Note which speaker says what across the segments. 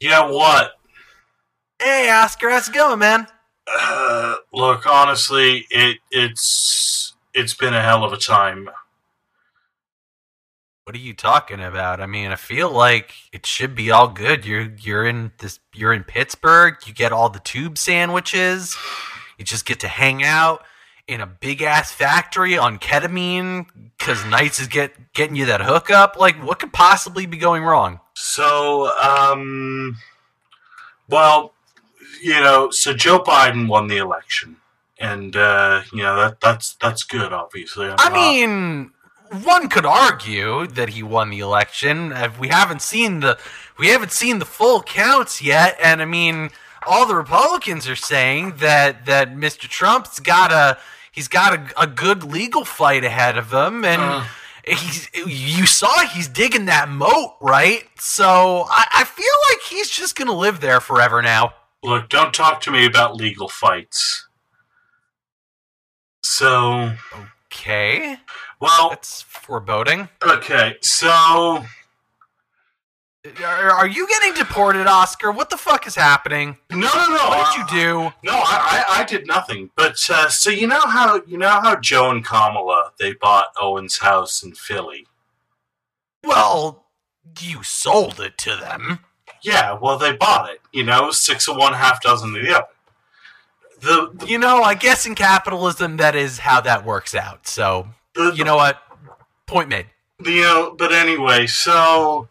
Speaker 1: Yeah, what?
Speaker 2: Hey, Oscar, how's it going, man?
Speaker 1: Uh, look, honestly, it it's it's been a hell of a time.
Speaker 2: What are you talking about? I mean, I feel like it should be all good. You're you're in this you're in Pittsburgh. You get all the tube sandwiches. You just get to hang out in a big ass factory on ketamine because nights is get getting you that hookup. Like, what could possibly be going wrong?
Speaker 1: So, um, well, you know, so Joe Biden won the election, and uh, you know that that's that's good. Obviously, I'm
Speaker 2: I
Speaker 1: not-
Speaker 2: mean, one could argue that he won the election. Uh, We haven't seen the we haven't seen the full counts yet, and I mean, all the Republicans are saying that that Mr. Trump's got a he's got a, a good legal fight ahead of him, and.
Speaker 1: Uh.
Speaker 2: He's, you saw he's digging that moat, right? So I, I feel like he's just gonna live there forever now.
Speaker 1: look, don't talk to me about legal fights. So,
Speaker 2: Okay,
Speaker 1: well,
Speaker 2: that's foreboding.
Speaker 1: okay, so
Speaker 2: Are, are you getting deported, Oscar? What the fuck is happening?
Speaker 1: no, no, no.
Speaker 2: What did you do?
Speaker 1: No, I, I, I did nothing. But uh, so you know how you know how Joe and Kamala they bought Owen's house in Philly.
Speaker 2: Well, you sold it to them.
Speaker 1: Yeah, well they bought it. You know, six of one, half dozen of the other. The,
Speaker 2: You know, I guess in capitalism, that is how that works out. So,
Speaker 1: the,
Speaker 2: you know what? Point made.
Speaker 1: you know, but anyway, so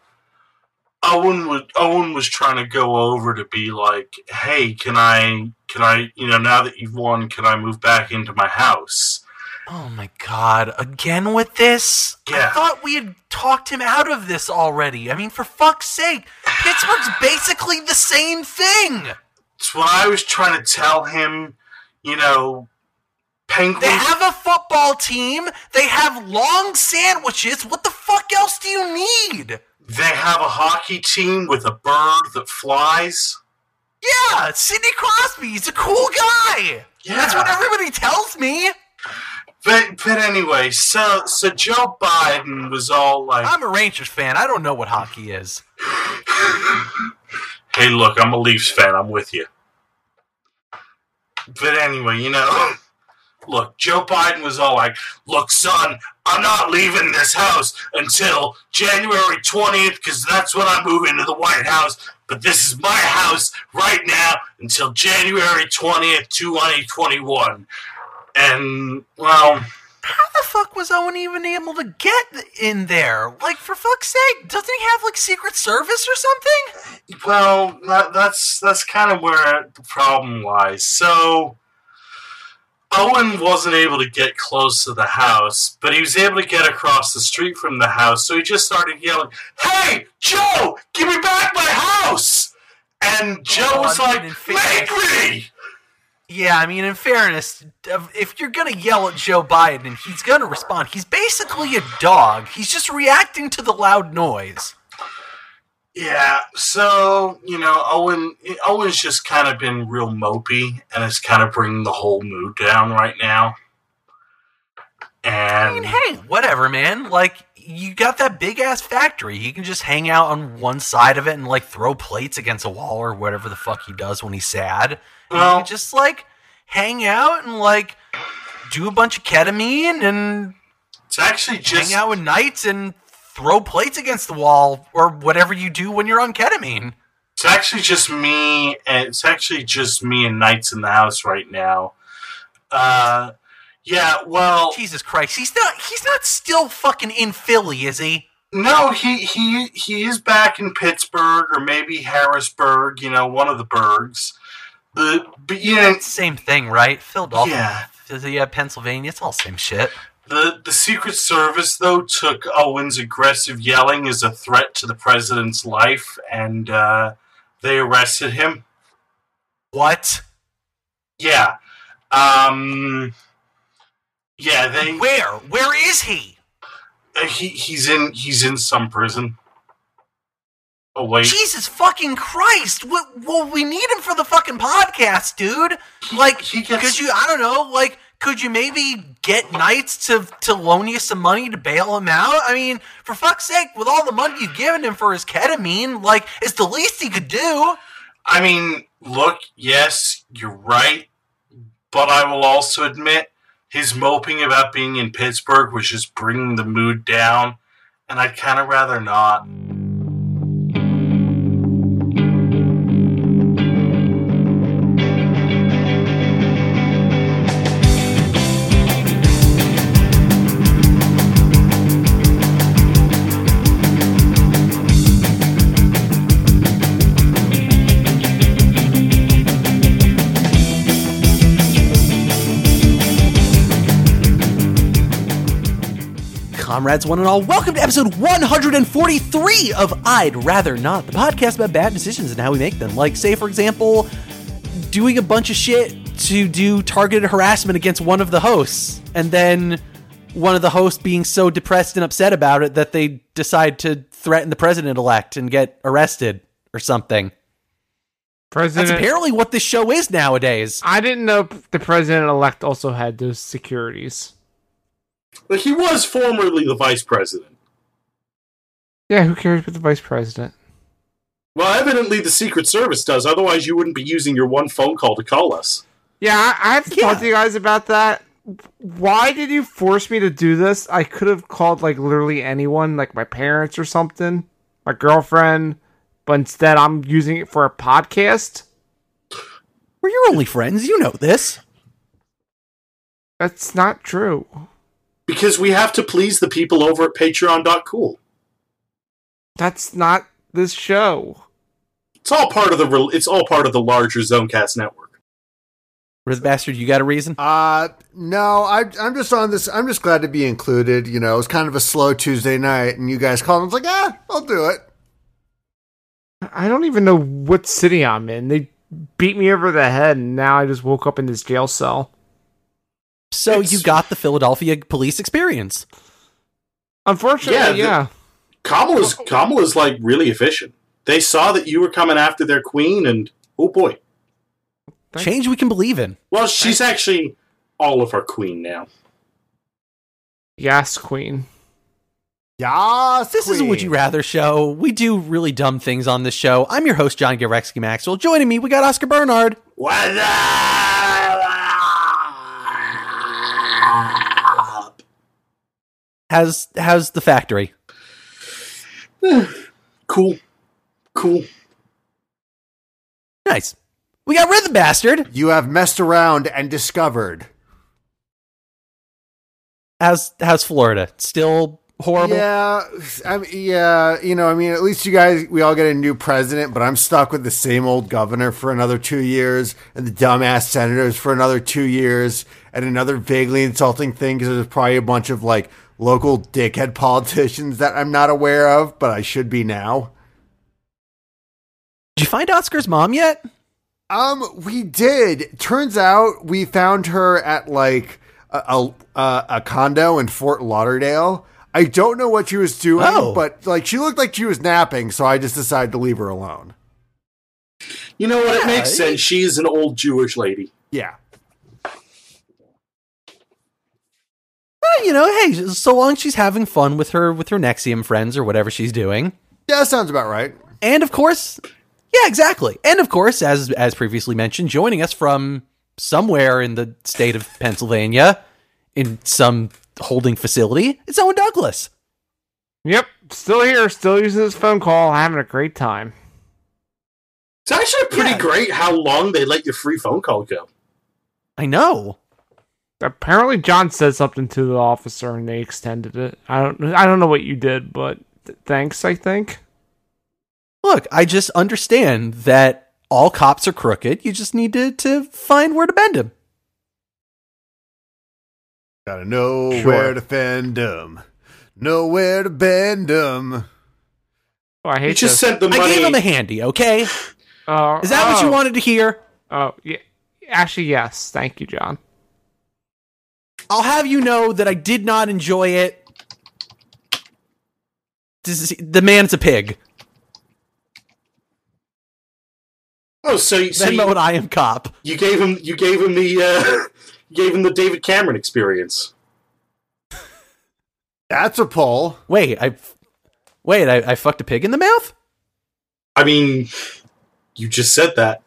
Speaker 1: Owen was Owen was trying to go over to be like, hey, can I can I you know now that you've won, can I move back into my house?
Speaker 2: Oh my god, again with this? I
Speaker 1: Yeah.
Speaker 2: thought we had talked him out of this already. I mean, for fuck's sake, Pittsburgh's basically the same thing.
Speaker 1: It's what I was trying to tell him. You know, penguins.
Speaker 2: They have a football team, they have long sandwiches. What the fuck else do you need?
Speaker 1: They have a hockey team with a bird that flies.
Speaker 2: Yeah, Sidney Crosby, he's a cool guy.
Speaker 1: Yeah.
Speaker 2: That's what everybody tells me.
Speaker 1: But but anyway, so so Joe Biden was all like,
Speaker 2: I'm a Rangers fan. I don't know what hockey is.
Speaker 1: "Hey, look, I'm a Leafs fan. I'm with you." But anyway, you know, look, Joe Biden was all like, "Look, son, I'm not leaving this house until January 20th because that's when I move into the White House." But this is my house right now until January 20th, 2021. And, well,
Speaker 2: How the fuck was Owen even able to get in there? Like, for fuck's sake, doesn't he have like Secret Service or something?
Speaker 1: Well, that, that's that's kind of where the problem lies. So Owen wasn't able to get close to the house, but he was able to get across the street from the house. So he just started yelling, "Hey, Joe, give me back my house!" And Joe
Speaker 2: Oh,
Speaker 1: was
Speaker 2: I
Speaker 1: like,
Speaker 2: mean, in fairness-
Speaker 1: "Make me!"
Speaker 2: Yeah, I mean, in fairness, if you're gonna yell at Joe Biden, he's gonna respond. He's basically a dog. He's just reacting to the loud noise.
Speaker 1: Yeah. So you know, Owen Owen's just kind of been real mopey, and it's kind of bringing the whole mood down right now. And
Speaker 2: I mean, hey, whatever, man. Like, you got that big ass factory. He can just hang out on one side of it and like throw plates against a wall or whatever the fuck he does when he's sad. And he
Speaker 1: Well-
Speaker 2: can just like hang out and like do a bunch of ketamine and
Speaker 1: It's actually just
Speaker 2: hang out with knights and throw plates against the wall or whatever you do when you're on ketamine.
Speaker 1: it's actually just me and it's actually just me and Knights in the house right now. Uh yeah, well
Speaker 2: Jesus Christ, he's not he's not still fucking in Philly, is he?
Speaker 1: no, he he he is back in Pittsburgh or maybe Harrisburg, you know, one of the burgs. The but you know,
Speaker 2: Same thing, right? Philadelphia.
Speaker 1: Yeah.
Speaker 2: Yeah, Pennsylvania, it's all same shit.
Speaker 1: the the Secret Service though took Owen's aggressive yelling as a threat to the president's life and uh they arrested him.
Speaker 2: What?
Speaker 1: Yeah. Um yeah, they
Speaker 2: Where? Where is he?
Speaker 1: Uh, he he's in he's in some prison. Oh wait,
Speaker 2: Jesus fucking Christ! What, well, we need him for the fucking podcast, dude. Like,
Speaker 1: he gets
Speaker 2: because you, I don't know, like,
Speaker 3: Could you maybe get Knights to to loan you some money to bail him out? I mean, for fuck's sake, with all the money you've given him for his ketamine, like it's the least he could do.
Speaker 1: I mean, look, yes, you're right, but I will also admit his moping about being in Pittsburgh was just bringing the mood down, and I'd kind of rather not.
Speaker 2: Comrades, one and all, welcome to episode 143 of I'd Rather Not, the podcast about bad decisions and how we make them. Like, say, for example, doing a bunch of shit to do targeted harassment against one of the hosts, and then one of the hosts being so depressed and upset about it that they decide to threaten the president elect and get arrested or something. That's
Speaker 4: President.
Speaker 2: apparently what this show is nowadays.
Speaker 4: I didn't know p- the president elect also had those securities.
Speaker 1: But he was formerly the vice president.
Speaker 4: Yeah, who cares about the vice president?
Speaker 1: Well, evidently the Secret Service does, otherwise, you wouldn't be using your one phone call to call us.
Speaker 4: Yeah, I, I have to
Speaker 2: Yeah.
Speaker 4: talk to you guys about that. Why did you force me to do this? I could have called like literally anyone, like my parents or something, my girlfriend, but instead I'm using it for a podcast.
Speaker 2: We're your only friends, you know this.
Speaker 4: That's not true.
Speaker 1: Because we have to please the people over at patreon.cool.
Speaker 4: That's not this show.
Speaker 1: It's all part of the rel- it's all part of the larger Zonecast network.
Speaker 2: Riz Bastard, you got a reason?
Speaker 5: Uh, no, I, I'm just on this. I'm just glad to be included. You know, it was kind of a slow Tuesday night, and you guys called. I was like, ah, I'll do it.
Speaker 4: I don't even know what city I'm in. They beat me over the head, and now I just woke up in this jail cell.
Speaker 2: So
Speaker 1: It's-
Speaker 2: you got the Philadelphia police experience.
Speaker 1: Yeah,
Speaker 4: Unfortunately,
Speaker 1: the-
Speaker 4: yeah.
Speaker 1: Kamala's Kamala's like really efficient. They saw that you were coming after their queen and oh boy.
Speaker 4: Thank-
Speaker 2: Change we can believe in.
Speaker 1: Well, she's actually all of our queen now.
Speaker 4: Yes, Queen.
Speaker 5: Yes,
Speaker 2: This is a Would You Rather show. We do really dumb things on this show. I'm your host, John Garexky Maxwell. Joining me, we got Oscar Bernard.
Speaker 1: What up?
Speaker 2: How's, how's the factory?
Speaker 1: Cool. Cool.
Speaker 2: Nice. We got Rhythm Bastard.
Speaker 5: You have messed around and discovered.
Speaker 2: How's, how's Florida? Still horrible?
Speaker 5: Yeah, I mean, yeah, you know, I mean, at least you guys, we all get a new president, but I'm stuck with the same old governor for another two years, and the dumbass senators for another two years, and another vaguely insulting thing because there's probably a bunch of like local dickhead politicians that I'm not aware of, but I should be now.
Speaker 2: Did you find Oscar's mom yet?
Speaker 5: Um, we did. Turns out we found her at like a a, a- a condo in Fort Lauderdale. I don't know what she was doing,
Speaker 2: Oh.
Speaker 5: but like she looked like she was napping, so I just decided to leave her alone.
Speaker 1: You know what? It makes
Speaker 2: Yeah.
Speaker 1: sense. She is an old Jewish lady.
Speaker 5: Yeah.
Speaker 2: Well, you know, hey, so long as she's having fun with her with her Nexium friends or whatever she's doing.
Speaker 5: Yeah, that sounds about right.
Speaker 2: And of course, yeah, exactly. And of course, as as previously mentioned, joining us from somewhere in the state of Pennsylvania, in some holding facility, it's Owen Douglas.
Speaker 4: Yep, still here, still using this phone call, having a great time.
Speaker 1: It's actually pretty
Speaker 2: Yeah.
Speaker 1: great how long they let your free phone call go.
Speaker 2: I know.
Speaker 4: Apparently, John said something to the officer, and they extended it. I don't, I don't know what you did, but th- thanks. I think.
Speaker 2: Look, I just understand that all cops are crooked. You just need to to find where to bend them.
Speaker 5: Gotta know
Speaker 4: Sure.
Speaker 5: where to fend 'em. Know where to bend 'em.
Speaker 4: Oh, I
Speaker 1: You
Speaker 4: hate
Speaker 1: just
Speaker 4: this.
Speaker 1: sent the
Speaker 2: I gave him a
Speaker 1: money.
Speaker 2: handy. Okay,
Speaker 4: Oh,
Speaker 2: is that what you
Speaker 4: oh,
Speaker 2: wanted to hear?
Speaker 4: Oh, yeah. Actually, yes. Thank you, John.
Speaker 2: I'll have you know that I did not enjoy it. This is, the man's a pig.
Speaker 1: Oh, so, so
Speaker 2: Venmo
Speaker 1: you, Oh,
Speaker 2: and I am cop.
Speaker 1: you gave him you gave him the uh, You gave him the David Cameron experience.
Speaker 5: That's a poll.
Speaker 2: Wait, I wait, I, I fucked a pig in the mouth.
Speaker 1: I mean, you just said that.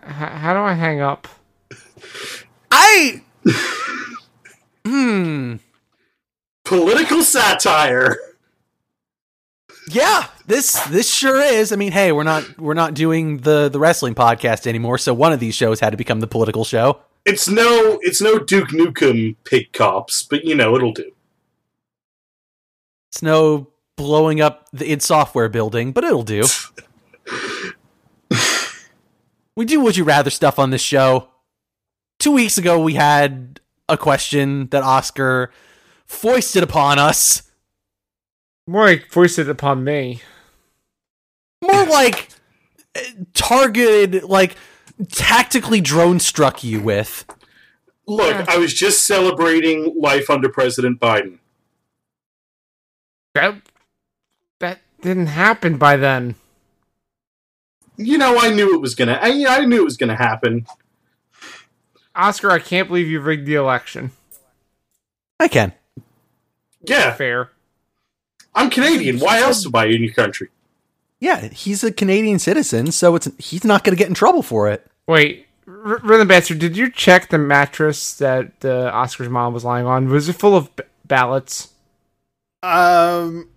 Speaker 4: H- how do I hang up?
Speaker 2: I. hmm.
Speaker 1: Political satire.
Speaker 2: Yeah. This this sure is. I mean, hey, we're not we're not doing the the wrestling podcast anymore, so one of these shows had to become the political show.
Speaker 1: It's no, it's no Duke Nukem pig cops, but you know it'll do.
Speaker 2: It's no blowing up the id Software building, but it'll do. we do would you rather stuff on this show. Two weeks ago, we had a question that Oscar foisted upon us.
Speaker 4: More like foisted upon me.
Speaker 2: More like uh, targeted, like tactically drone struck you with.
Speaker 1: Look,
Speaker 4: Yeah.
Speaker 1: I was just celebrating life under President Biden.
Speaker 4: That that didn't happen by then.
Speaker 1: You know, I knew it was gonna. I, I knew it was gonna happen.
Speaker 4: Oscar, I can't believe you rigged the election.
Speaker 2: I can.
Speaker 1: Yeah,
Speaker 4: Fair.
Speaker 1: I'm Canadian. Why else am I in your country?
Speaker 2: Yeah, he's a Canadian citizen, so it's he's not going to get in trouble for it.
Speaker 4: Wait, R- Rhythm Bastard, did you check the mattress that uh, Oscar's mom was lying on? Was it full of b- ballots?
Speaker 5: Um,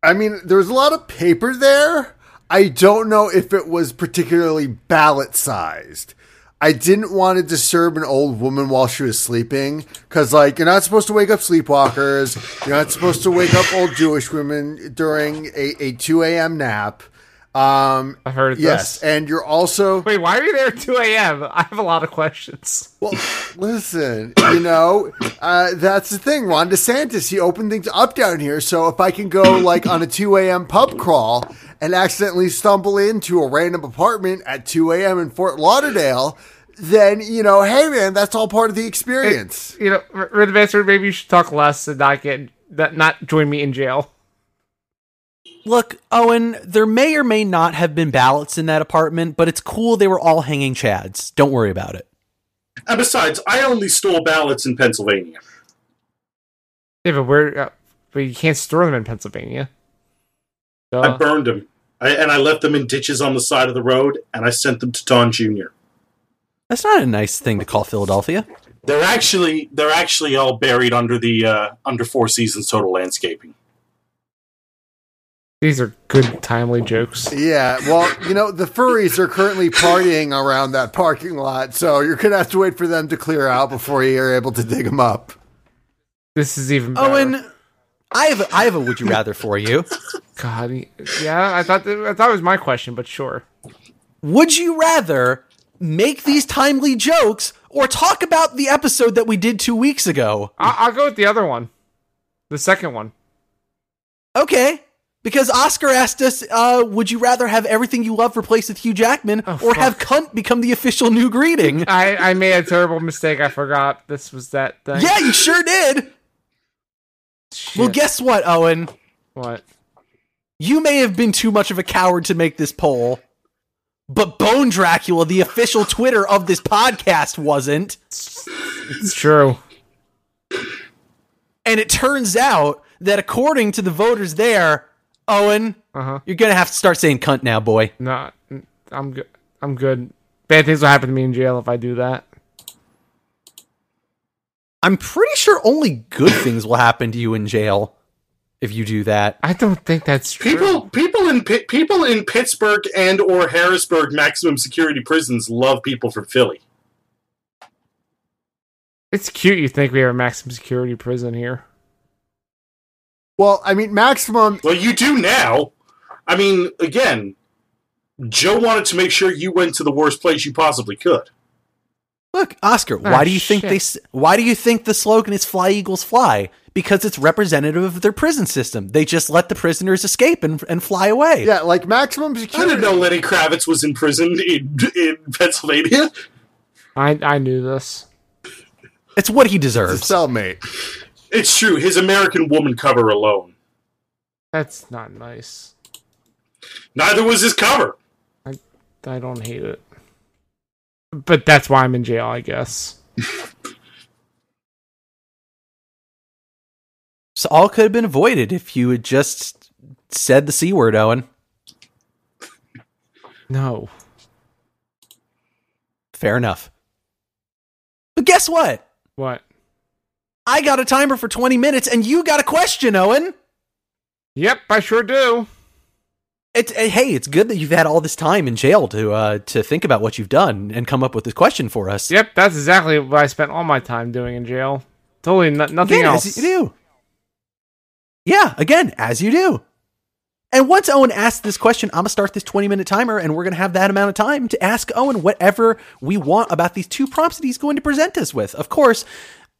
Speaker 5: I mean, there was a lot of paper there. I don't know if it was particularly ballot sized. I didn't want to disturb an old woman while she was sleeping because, like, you're not supposed to wake up sleepwalkers. You're not supposed to wake up old Jewish women during a, a 2 a.m. nap. Um,
Speaker 4: I heard this.
Speaker 5: yes, and you're also
Speaker 4: Wait, why are you there at 2 a.m.? I have a lot of questions.
Speaker 5: well, listen, you know, uh, that's the thing. Ron DeSantis, he opened things up down here. So if I can go like on a 2 a.m. pub crawl and accidentally stumble into a random apartment at 2 a.m. in Fort Lauderdale, then, you know, hey man, that's all part of the experience.
Speaker 4: You know, R- Rhythm Bastard, maybe you should talk less and not get that not join me in jail.
Speaker 2: Look, Owen, there may or may not have been ballots in that apartment, but it's cool they were all hanging chads. Don't worry about it.
Speaker 1: And besides, I only stole ballots in Pennsylvania.
Speaker 4: Yeah, but where? Uh, but you can't store them in Pennsylvania.
Speaker 1: I
Speaker 4: Duh.
Speaker 1: burned them, I, and I left them in ditches on the side of the road, and I sent them to Don Jr.
Speaker 2: That's not a nice thing to call Philadelphia.
Speaker 1: They're actually they're actually all buried under the uh, under Four Seasons total landscaping.
Speaker 4: These are good, timely jokes.
Speaker 5: Yeah, well, you know, the furries are currently partying around that parking lot. So you're going to have to wait for them to clear out before you're able to dig them up.
Speaker 4: This is even better.
Speaker 2: Owen, I have a, I have a would you rather for you.
Speaker 4: God, he- yeah, I thought that, I thought it was my question, but sure.
Speaker 2: Would you rather make these timely jokes or talk about the episode that we did 2 weeks ago?
Speaker 4: I, I'll go with the other one, the second one.
Speaker 2: Okay. Because Oscar asked us, uh, would you rather have everything you love replaced with Hugh Jackman or have cunt become the official new greeting?
Speaker 4: I, I made a terrible mistake. I forgot this was that thing.
Speaker 2: yeah, you sure did. Well,
Speaker 4: Shit.
Speaker 2: guess what, Owen?
Speaker 4: what?
Speaker 2: You may have been too much of a coward to make this poll, but Bone Dracula, the official Twitter of this podcast, wasn't.
Speaker 4: It's true.
Speaker 2: And it turns out that according to the voters there, Owen,
Speaker 4: Uh huh.
Speaker 2: you're going to have to start saying cunt now, boy.
Speaker 4: No, n- I'm good. I'm good. Bad things will happen to me in jail if I do that.
Speaker 2: I'm pretty sure only good things will happen to you in jail if you do that.
Speaker 4: I don't think that's true.
Speaker 1: People people in Pi- people in Pittsburgh and or Harrisburg maximum security prisons love people from Philly.
Speaker 4: It's cute. You think we have a maximum security prison here?
Speaker 5: Well, I mean, maximum
Speaker 1: Well, you do now. I mean, again, Joe wanted to make sure you went to the worst place you possibly could.
Speaker 2: Look, Oscar, why do you think
Speaker 4: shit.
Speaker 2: they s- why do you think the slogan is fly eagles fly? Because it's representative of their prison system. They just let the prisoners escape and, and fly away.
Speaker 5: Yeah, like maximum
Speaker 1: I
Speaker 5: security.
Speaker 1: didn't know Lenny Kravitz was imprisoned in in Pennsylvania.
Speaker 4: I I knew this.
Speaker 2: It's what he
Speaker 5: It's
Speaker 2: deserves.
Speaker 5: a cellmate.
Speaker 1: It's true. His American Woman cover alone.
Speaker 4: That's not nice.
Speaker 1: Neither was his cover.
Speaker 4: I don't hate it. But that's why I'm in jail, I guess.
Speaker 2: So all could have been avoided if you had just said the C word, Owen.
Speaker 4: No.
Speaker 2: Fair enough. But guess what?
Speaker 4: What?
Speaker 2: I got a timer for 20 minutes and you got a question, Owen.
Speaker 4: Yep, I sure do.
Speaker 2: It's eh, hey, it's good that you've had all this time in jail to uh to think about what you've done and come up with this question for us.
Speaker 4: Yep, that's exactly what I spent all my time doing in jail. Totally no- nothing
Speaker 2: Again,
Speaker 4: else.
Speaker 2: As you do. Yeah, again, as you do. And once Owen asks this question, I'm going to start this 20 minute timer, and we're going to have that amount of time to ask Owen whatever we want about these two prompts that he's going to present us with. Of course,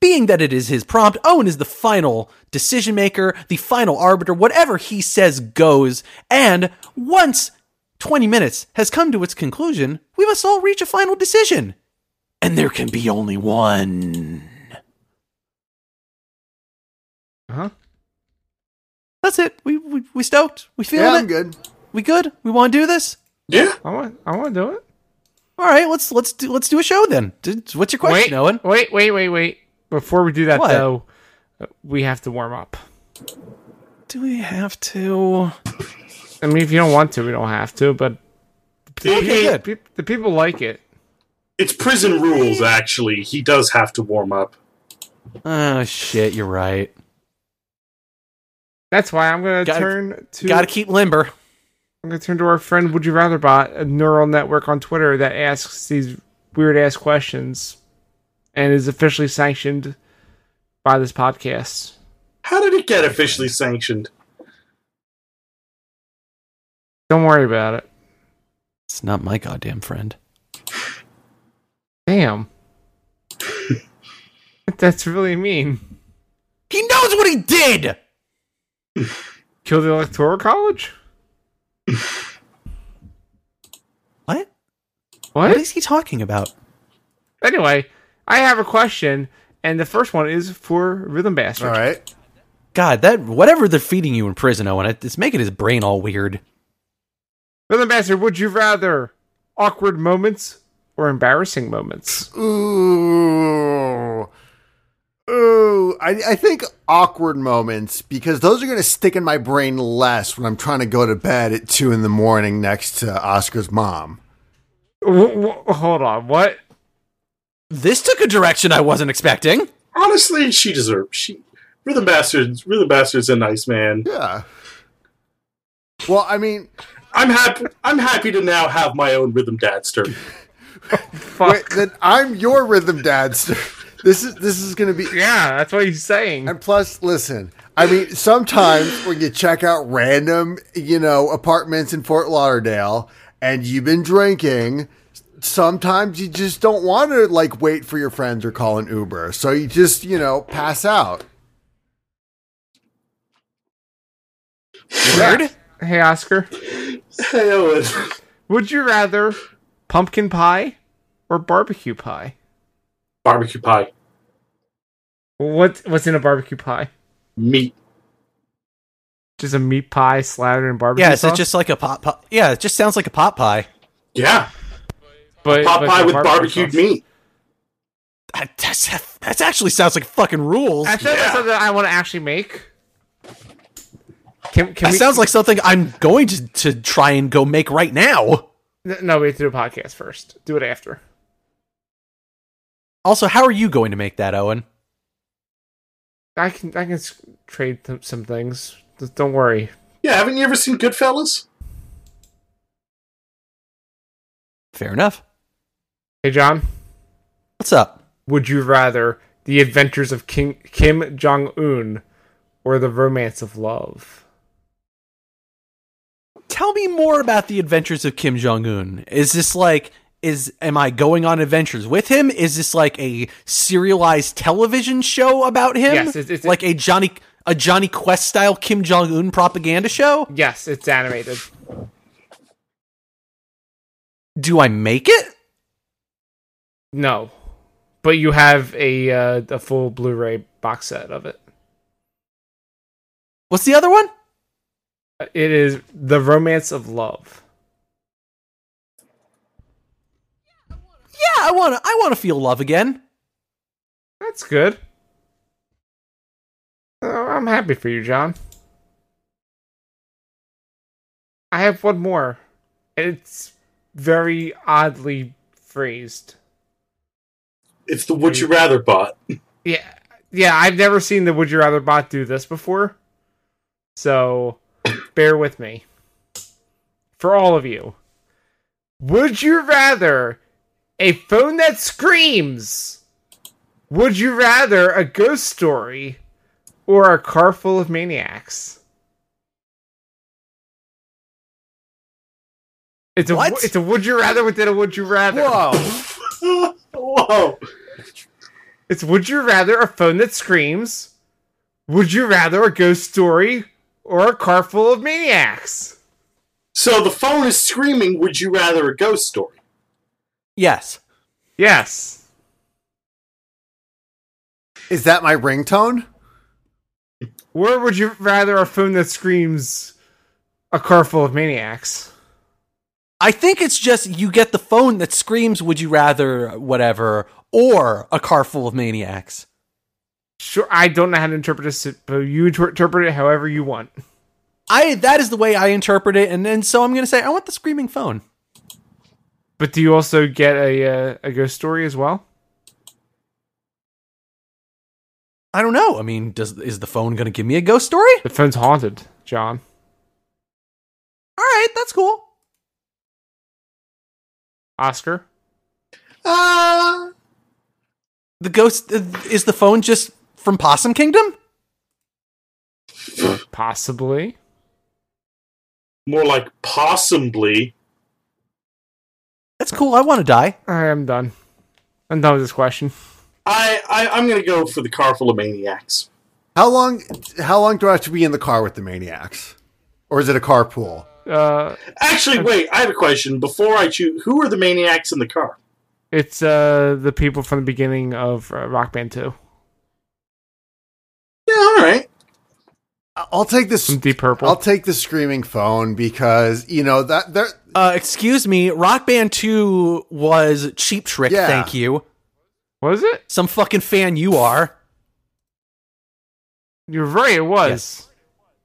Speaker 2: being that it is his prompt, Owen is the final decision maker, the final arbiter. Whatever he says goes. And once 20 minutes has come to its conclusion, we must all reach a final decision. And there can be only one.
Speaker 4: Huh?
Speaker 2: That's it. We we, we stoked. We feeling
Speaker 5: Yeah,
Speaker 2: it.
Speaker 5: I'm good.
Speaker 2: We good? We want to do this?
Speaker 1: Yeah.
Speaker 4: I want. I want to do it.
Speaker 2: All right, let's let's do let's do a show then. D- What's your question,
Speaker 4: wait,
Speaker 2: Owen?
Speaker 4: wait, wait, wait, wait. Before we do that,
Speaker 2: What?
Speaker 4: though, we have to warm up.
Speaker 2: Do we have to?
Speaker 4: I mean, if you don't want to, we don't have to. But
Speaker 1: Okay.
Speaker 2: good.
Speaker 4: pe- the people like it.
Speaker 1: It's prison rules, actually. He does have to warm up.
Speaker 2: Oh shit, you're right.
Speaker 4: That's why I'm gonna
Speaker 2: Gotta-
Speaker 4: turn to.
Speaker 2: Got to keep limber.
Speaker 4: I'm gonna turn to our friend Would You Rather Bot, a neural network on Twitter that asks these weird ass questions, and is officially sanctioned by this podcast.
Speaker 1: How did it get officially sanctioned?
Speaker 4: Don't worry about it.
Speaker 2: It's not my goddamn friend.
Speaker 4: Damn. That's really mean.
Speaker 2: He knows what he did.
Speaker 4: Kill the Electoral College?
Speaker 2: What? What
Speaker 4: What?
Speaker 2: is he talking about?
Speaker 4: Anyway, I have a question, and the first one is for Rhythm Bastard.
Speaker 5: All right.
Speaker 2: God, that whatever they're feeding you in prison, Owen, it- it's making his brain all weird.
Speaker 4: Rhythm Bastard, would you rather awkward moments or embarrassing moments?
Speaker 5: Ooh. Ooh. I, I think awkward moments because those are going to stick in my brain less when I'm trying to go to bed at two in the morning next to Oscar's mom.
Speaker 4: W- w- hold on, what?
Speaker 2: This took a direction I wasn't expecting.
Speaker 1: Honestly, she deserves. She Rhythm Bastards. Rhythm Bastards a nice man.
Speaker 5: Yeah. Well, I mean,
Speaker 1: I'm happy. I'm happy to now have my own Rhythm Dadster.
Speaker 4: Fuck.
Speaker 5: wait, then I'm your rhythm dadster. This is this is going to be
Speaker 4: Yeah, that's what he's saying.
Speaker 5: And plus, listen, I mean, sometimes when you check out random, you know, apartments in Fort Lauderdale and you've been drinking, sometimes you just don't want to like wait for your friends or call an Uber. So you just, you know, pass out.
Speaker 2: Weird.
Speaker 4: hey, Oscar,
Speaker 1: Hey, Owen.
Speaker 4: would you rather pumpkin pie or barbecue pie?
Speaker 1: Barbecue pie,
Speaker 4: What What's in a barbecue pie?
Speaker 1: meat.
Speaker 4: Just a meat pie slathered in barbecue
Speaker 2: Yeah, is it
Speaker 4: sauce?
Speaker 2: just like a pot pie? Yeah, it just sounds like a pot pie.
Speaker 1: Yeah,
Speaker 4: but,
Speaker 1: pot
Speaker 4: but
Speaker 1: pie
Speaker 4: the
Speaker 1: with
Speaker 4: barbecue
Speaker 1: barbecued
Speaker 4: sauce.
Speaker 1: meat.
Speaker 2: That, that's, that actually sounds like fucking rules.
Speaker 4: I thought that's
Speaker 1: Yeah.
Speaker 4: something I want to actually make. Can, can
Speaker 2: That
Speaker 4: we?
Speaker 2: sounds like something I'm going to, to try and go make right now.
Speaker 4: N- no, we have to do a podcast first. Do it after.
Speaker 2: Also, how are you going to make that, Owen?
Speaker 4: I can I can s- trade th- some things. Just don't worry.
Speaker 1: Yeah, haven't you ever seen Goodfellas?
Speaker 2: Fair enough.
Speaker 4: Hey John,
Speaker 2: What's up?
Speaker 4: would you rather the Adventures of King, Kim Jong Un or the Romance of Love?
Speaker 2: Tell me more about the adventures of Kim Jong Un. Is this like is am I going on adventures with him? Is this like a serialized television show about him?
Speaker 4: Yes, it's- it's-
Speaker 2: like a Johnny a Johnny Quest style Kim Jong Un propaganda show.
Speaker 4: Yes, it's animated.
Speaker 2: Do I make it?
Speaker 4: No, but you have a uh, a full Blu-ray box set of it.
Speaker 2: What's the other one?
Speaker 4: It is the Romance of Love.
Speaker 2: Yeah, I want to I want to feel love again.
Speaker 4: That's good. Uh, I I'm happy for you, John. I have one more. and It's very oddly phrased.
Speaker 1: It's the would you
Speaker 4: Mm-hmm.
Speaker 1: rather bot.
Speaker 4: Yeah, yeah. I've never seen the Would You Rather bot do this before, so bear with me. For all of you, would you rather a phone that screams? Would you rather a ghost story or a car full of maniacs? It's a
Speaker 2: What?
Speaker 4: it's a would you rather within a would you rather.
Speaker 5: Whoa.
Speaker 1: Whoa.
Speaker 4: It's would you rather a phone that screams? Would you rather a ghost story or a car full of maniacs?
Speaker 1: So the phone is screaming, would you rather a ghost story?
Speaker 2: Yes.
Speaker 4: Yes.
Speaker 5: Is that my ringtone?
Speaker 4: Or would you rather a phone that screams a car full of maniacs?
Speaker 2: I think it's just you get the phone that screams, Would you rather, whatever, or a car full of maniacs.
Speaker 4: Sure, I don't know how to interpret this, but you inter- interpret it however you want.
Speaker 2: I that is the way I interpret it, and then so I'm gonna say I want the screaming phone.
Speaker 4: But do you also get a uh, a ghost story as well?
Speaker 2: I don't know. I mean, does is the phone gonna give me a ghost story?
Speaker 4: The phone's haunted, John.
Speaker 2: All right, that's cool.
Speaker 4: Oscar.
Speaker 1: Ah.
Speaker 2: The ghost uh, is the phone just from Possum Kingdom?
Speaker 4: Possibly.
Speaker 1: More like possibly.
Speaker 2: That's cool. I want to die.
Speaker 4: All right, I'm done. I'm done with this question.
Speaker 1: I, I I'm gonna go for the car full of maniacs.
Speaker 5: How long how long do I have to be in the car with the maniacs? Or is it a carpool?
Speaker 4: Uh,
Speaker 1: Actually, wait, I have a question. Before I choose who are the maniacs in the car?
Speaker 4: It's uh the people from the beginning of uh, Rock Band 2
Speaker 1: Yeah, alright.
Speaker 5: I- I'll take this
Speaker 4: from Deep Purple.
Speaker 5: I'll take the screaming phone because you know that there
Speaker 2: Uh, excuse me. Rock Band 2 was Cheap Trick,
Speaker 5: Yeah.
Speaker 2: thank you.
Speaker 4: was it?
Speaker 2: Some fucking fan you are.
Speaker 4: You're right. It was.
Speaker 2: Yes.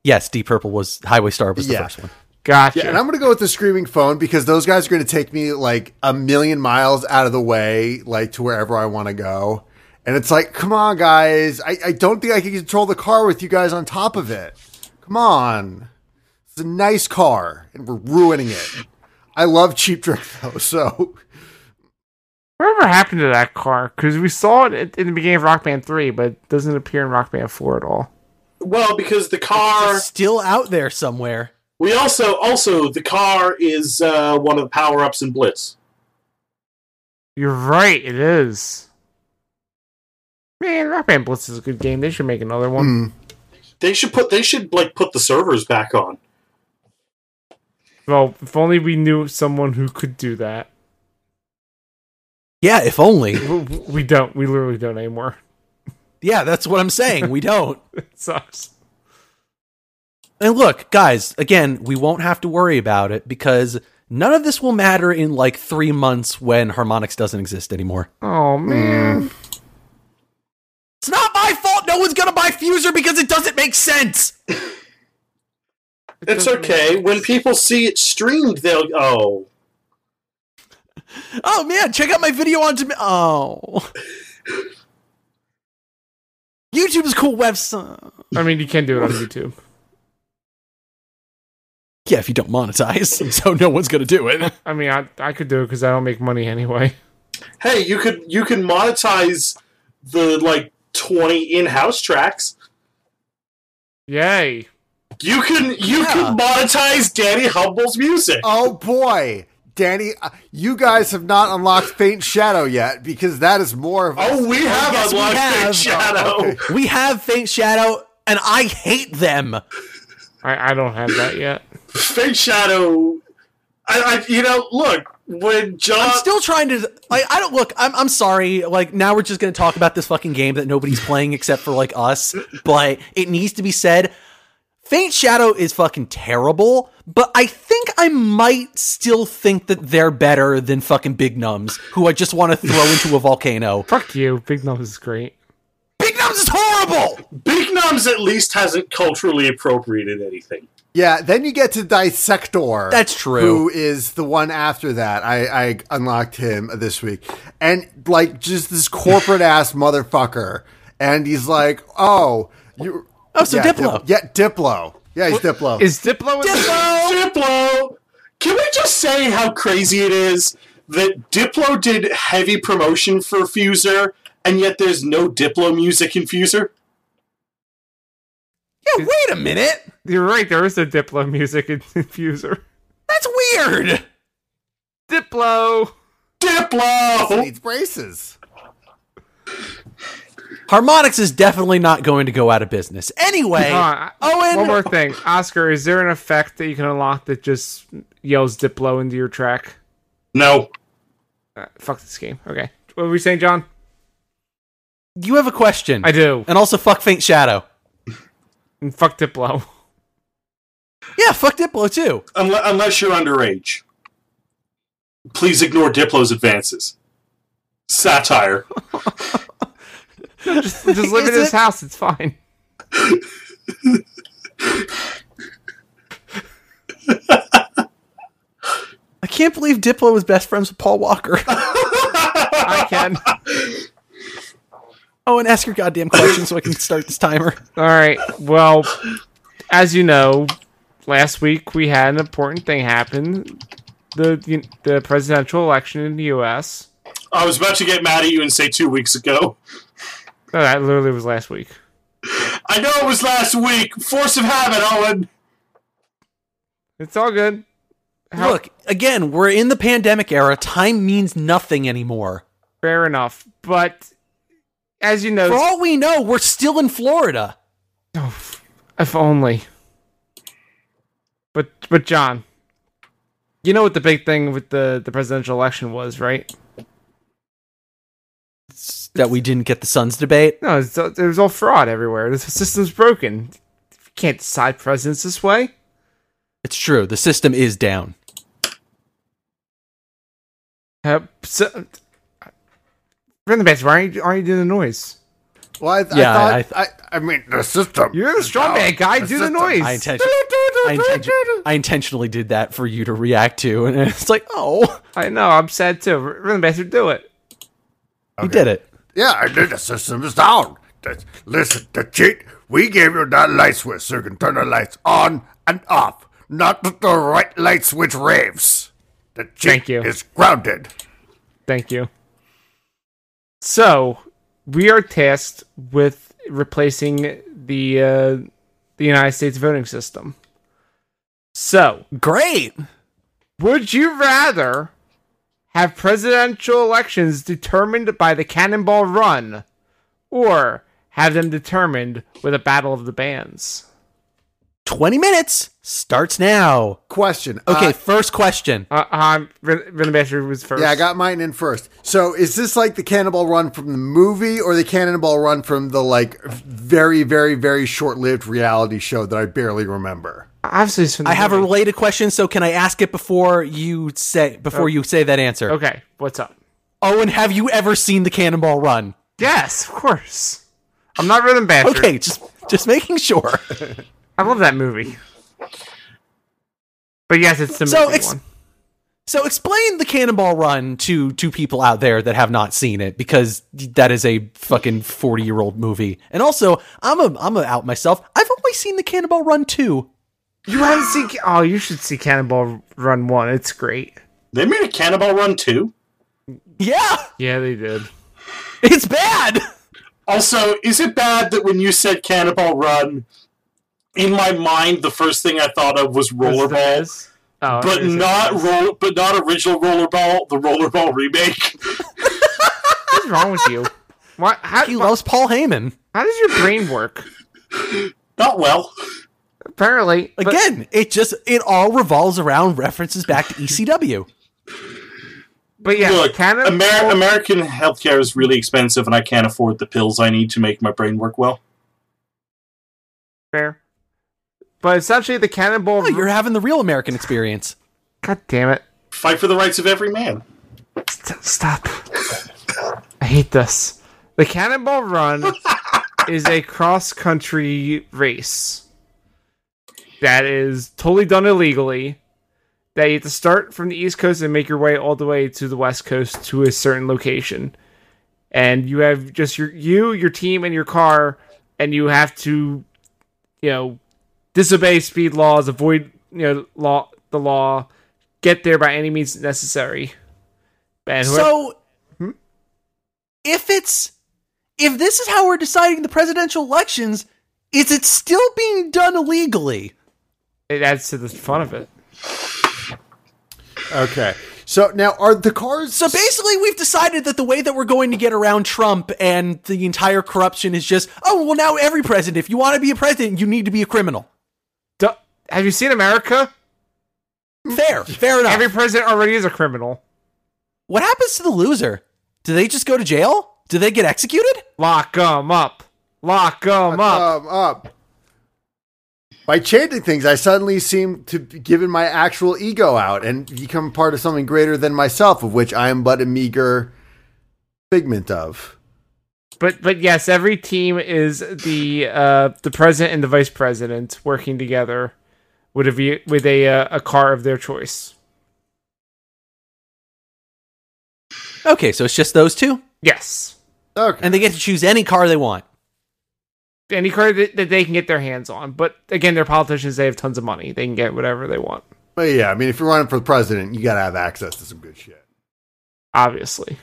Speaker 2: Yes, Deep Purple was Highway Star was the
Speaker 5: Yeah.
Speaker 2: first one.
Speaker 4: Gotcha.
Speaker 5: Yeah, and I'm gonna go with the screaming phone because those guys are gonna take me like a million miles out of the way, like to wherever I want to go. And it's like, come on, guys, I, I don't think I can control the car with you guys on top of it. Come on, it's a nice car, and we're ruining it. I love cheap trick though, so
Speaker 4: Whatever happened to that car? Because we saw it at- in the beginning of Rock Band Three, but it doesn't appear in Rock Band Four at all.
Speaker 1: Well, because the car
Speaker 2: It's still out there somewhere.
Speaker 1: we also also the car is uh, one of the power ups in Blitz.
Speaker 4: You're right. It is. Man, Rock Band Blitz is a good game. They should make another one.
Speaker 5: mm,
Speaker 1: They should put they should like put the servers back on.
Speaker 4: Well, if only we knew someone who could do that.
Speaker 2: Yeah, if only.
Speaker 4: W- w- We don't. We literally don't anymore.
Speaker 2: yeah, that's what I'm saying. We don't.
Speaker 4: It sucks.
Speaker 2: And look, guys, again, we won't have to worry about it because none of this will matter in like three months when Harmonix doesn't exist anymore.
Speaker 4: Oh man.
Speaker 5: Mm.
Speaker 2: It's not my fault no one's gonna buy Fuser because it doesn't make sense!
Speaker 1: It's okay. When people see it streamed, they'll oh
Speaker 2: Oh man, check out my video on demand. Oh. YouTube's a cool website.
Speaker 4: I mean, you can do it on YouTube.
Speaker 2: Yeah, if you don't monetize, so no one's gonna do it.
Speaker 4: I mean, I I could do it because I don't make money anyway.
Speaker 1: hey, you could you can monetize the like twenty in house tracks.
Speaker 4: Yay.
Speaker 1: You can you can monetize Danny Humble's music.
Speaker 5: oh boy. Danny, uh, you guys have not unlocked Faint Shadow yet because that is more of a
Speaker 1: oh, we have
Speaker 2: yes, we
Speaker 1: unlocked Big
Speaker 2: have. Oh,
Speaker 1: Shadow.
Speaker 2: We have Faint Shadow, and I hate them.
Speaker 4: I, I don't have that yet.
Speaker 1: Fake Shadow. I, I, you know, look when John.
Speaker 4: Uh,
Speaker 2: I'm still trying to. Like, I don't look. I'm. I'm sorry. Like now, we're just gonna talk about this fucking game that nobody's playing except for like us. But it needs to be said. Faint Shadow is fucking terrible, but I think I might still think that they're better than fucking Big Nums, who I just want to throw into a volcano.
Speaker 4: Fuck you. Big Nose is great.
Speaker 2: Big Nums is horrible.
Speaker 1: Big Adams at least hasn't culturally appropriated anything.
Speaker 5: Yeah, then you get to Dissector.
Speaker 2: That's true.
Speaker 5: Who is the one after that? I, I unlocked him this week. And like just this corporate ass motherfucker. And he's like, Oh, you
Speaker 2: Oh, so
Speaker 5: yeah,
Speaker 2: Diplo.
Speaker 5: Dip- yeah, Diplo. Yeah, he's Diplo.
Speaker 4: Is Diplo in the
Speaker 1: Diplo! Can we just say how crazy it is that Diplo did heavy promotion for Fuser, and yet there's no Diplo music in Fuser?
Speaker 2: Yeah, wait a minute.
Speaker 4: You're right, there is no Diplo music in Infuser.
Speaker 2: That's weird.
Speaker 4: Diplo!
Speaker 5: he
Speaker 1: Diplo!
Speaker 5: needs braces.
Speaker 2: Harmonix is definitely not going to go out of business. Anyway,
Speaker 4: Uh,
Speaker 2: Owen.
Speaker 4: One more thing. Oscar, is there an effect that you can unlock that just yells Diplo into your track?
Speaker 1: No.
Speaker 4: Uh, fuck this game. Okay. What were we saying, John?
Speaker 2: you have a question.
Speaker 4: I do.
Speaker 2: And also, fuck Faint Shadow.
Speaker 4: And fuck Diplo.
Speaker 2: Yeah, fuck Diplo too.
Speaker 1: Unle- unless you're underage. Please ignore Diplo's advances. Satire.
Speaker 4: just just live in
Speaker 2: Is
Speaker 4: his
Speaker 2: it?
Speaker 4: house. It's fine.
Speaker 2: I can't believe Diplo was best friends with Paul Walker.
Speaker 4: I can.
Speaker 2: oh, and ask your goddamn question so I can start this timer.
Speaker 4: All right. Well, as you know, last week we had an important thing happen. The the presidential election in the U.S.
Speaker 1: I was about to get mad at you and say two weeks ago.
Speaker 4: No, that literally was last week.
Speaker 1: I know it was last week. Force of habit, Owen.
Speaker 4: It's all good. How-
Speaker 2: Look, again, we're in the pandemic era. Time means nothing anymore.
Speaker 4: Fair enough. But as you
Speaker 2: For
Speaker 4: know,
Speaker 2: all we know, we're still in Florida.
Speaker 4: if only. But but John, you know what the big thing with the the presidential election was, right?
Speaker 2: That we didn't get the Suns debate.
Speaker 4: No, it's, it was all fraud everywhere. The system's broken. You can't decide presidents this way.
Speaker 2: It's true. The system is down.
Speaker 4: Uh, so, from the bench, why aren't you, why aren't you doing the noise?
Speaker 5: Well, I, I
Speaker 2: Yeah,
Speaker 5: thought
Speaker 2: I-
Speaker 5: I, I, mean the system.
Speaker 4: You're the strong man guy. Do the
Speaker 5: system.
Speaker 4: noise.
Speaker 2: I intentionally, I, inten- I intentionally did that for you to react to, and it's like, oh,
Speaker 4: I know. I'm sad too. From the bench, do it.
Speaker 2: you did it.
Speaker 5: Yeah, I knew the system is down. That's- listen, the cheat, we gave you that light switch so you can turn the lights on and off, not that the right light switch raves. The cheat
Speaker 4: Thank you.
Speaker 5: is grounded.
Speaker 4: Thank you. So we are tasked with replacing the uh, the United States voting system. So,
Speaker 2: Great.
Speaker 4: would you rather have presidential elections determined by the Cannonball Run, or have them determined with a battle of the bands?
Speaker 2: 20 minutes starts now.
Speaker 5: Question.
Speaker 2: Okay,
Speaker 5: Uh,
Speaker 2: first question.
Speaker 4: Uh, um, Renabasher was first.
Speaker 5: yeah, I got mine in first. So, is this like the Cannonball Run from the movie, or the Cannonball Run from the like very, very, very short-lived reality show that I barely remember?
Speaker 4: Obviously, it's from the
Speaker 2: I have a
Speaker 4: movie.
Speaker 2: related question, so can I ask it before you say before you say that answer?
Speaker 4: okay. What's up?
Speaker 2: Owen, have you ever seen the Cannonball Run?
Speaker 4: Yes, of course. I'm not Rhythm Basher.
Speaker 2: Okay, just just making sure.
Speaker 4: I love that movie. But yes, it's the
Speaker 2: So
Speaker 4: movie
Speaker 2: ex-
Speaker 4: one.
Speaker 2: So explain the Cannonball Run to two people out there that have not seen it because that is a fucking 40-year-old movie. And also, I'm a I'm a out myself. I've only seen the Cannonball Run 2.
Speaker 4: You haven't seen? Ca- Oh, you should see Cannonball Run one. It's great.
Speaker 1: They made a Cannonball Run too.
Speaker 2: Yeah,
Speaker 4: Yeah, they did.
Speaker 2: it's bad.
Speaker 1: Also, is it bad that when you said Cannonball Run, in my mind the first thing I thought of was Rollerball,
Speaker 4: Oh,
Speaker 1: but
Speaker 4: it is-
Speaker 1: not roll, but not original Rollerball, the Rollerball remake.
Speaker 4: What's wrong with you? Why? How,
Speaker 2: He loves Paul Heyman.
Speaker 4: how does your brain work?
Speaker 1: Not well.
Speaker 4: Apparently, but-
Speaker 2: Again, it just it all revolves around references back to E ECW.
Speaker 4: But, yeah,
Speaker 1: Look,
Speaker 4: Cannonball.
Speaker 1: Amer- American healthcare is really expensive, and I can't afford the pills I need to make my brain work well.
Speaker 4: fair. But essentially, the Cannonball.
Speaker 2: Oh, you're having the real American experience.
Speaker 4: God damn it!
Speaker 1: Fight for the rights of every man.
Speaker 4: St- stop. I hate this. The Cannonball Run is a cross country race that is totally done illegally. That you have to start from the East Coast and make your way all the way to the West Coast to a certain location. And you have just your you, your team, and your car, and you have to, you know, disobey speed laws, avoid you know law the law, get there by any means necessary. And whoever-
Speaker 2: So, hmm? if it's if this is how we're deciding the presidential elections, is it still being done illegally?
Speaker 4: it adds to the fun of it.
Speaker 5: Okay. So now are the cars
Speaker 2: So basically, we've decided that the way that we're going to get around Trump and the entire corruption is just, oh, well, now every president, if you want to be a president, you need to be a criminal.
Speaker 4: Du- have you seen America?
Speaker 2: Fair, fair enough.
Speaker 4: Every president already is a criminal.
Speaker 2: what happens to the loser? Do they just go to jail? Do they get executed?
Speaker 4: Lock 'em up. Lock 'em up.
Speaker 5: um, up? By chanting things, I suddenly seem to be given my actual ego out and become part of something greater than myself, of which I am but a meager figment of.
Speaker 4: But but yes, every team is the uh, the president and the vice president working together with a ve- with a uh, a car of their choice.
Speaker 2: Okay, so it's just those two,
Speaker 4: Yes,
Speaker 5: Okay.
Speaker 2: and they get to choose any car they want.
Speaker 4: any car that, that they can get their hands on. But again, they're politicians. They have tons of money. They can get whatever they want.
Speaker 5: But yeah, I mean, if you're running for president, you got to have access to some good shit.
Speaker 4: Obviously,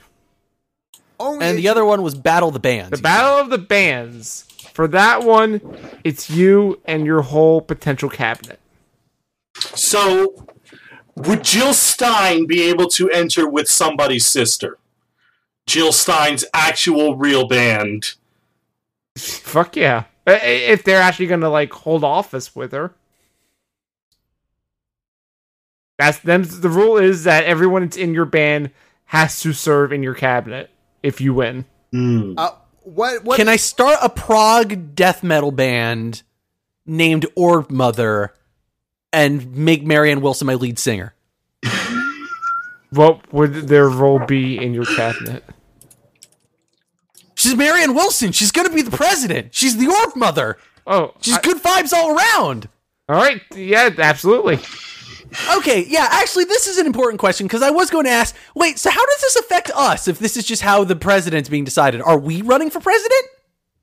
Speaker 5: Only
Speaker 2: And the other one was battle the bands.
Speaker 4: the battle of the bands. For that one, it's you and your whole potential cabinet.
Speaker 1: So, would Jill Stein be able to enter with somebody's sister? Jill Stein's actual real band.
Speaker 4: Fuck yeah! I- I- If they're actually gonna like hold office with her, that's them. The rule is that everyone that's in your band has to serve in your cabinet if you win.
Speaker 5: uh, what? What?
Speaker 2: Can I start a Prague death metal band named Orb Mother and make Marianne Wilson my lead singer?
Speaker 4: What would their role be in your cabinet?
Speaker 2: She's Marianne Wilson. She's going to be the president. She's the Orb Mother.
Speaker 4: Oh,
Speaker 2: She's
Speaker 4: I-
Speaker 2: good vibes all around.
Speaker 4: all right. Yeah, absolutely.
Speaker 2: Okay, yeah, actually, this is an important question because I was going to ask wait, so how does this affect us if this is just how the president's being decided? Are we running for president?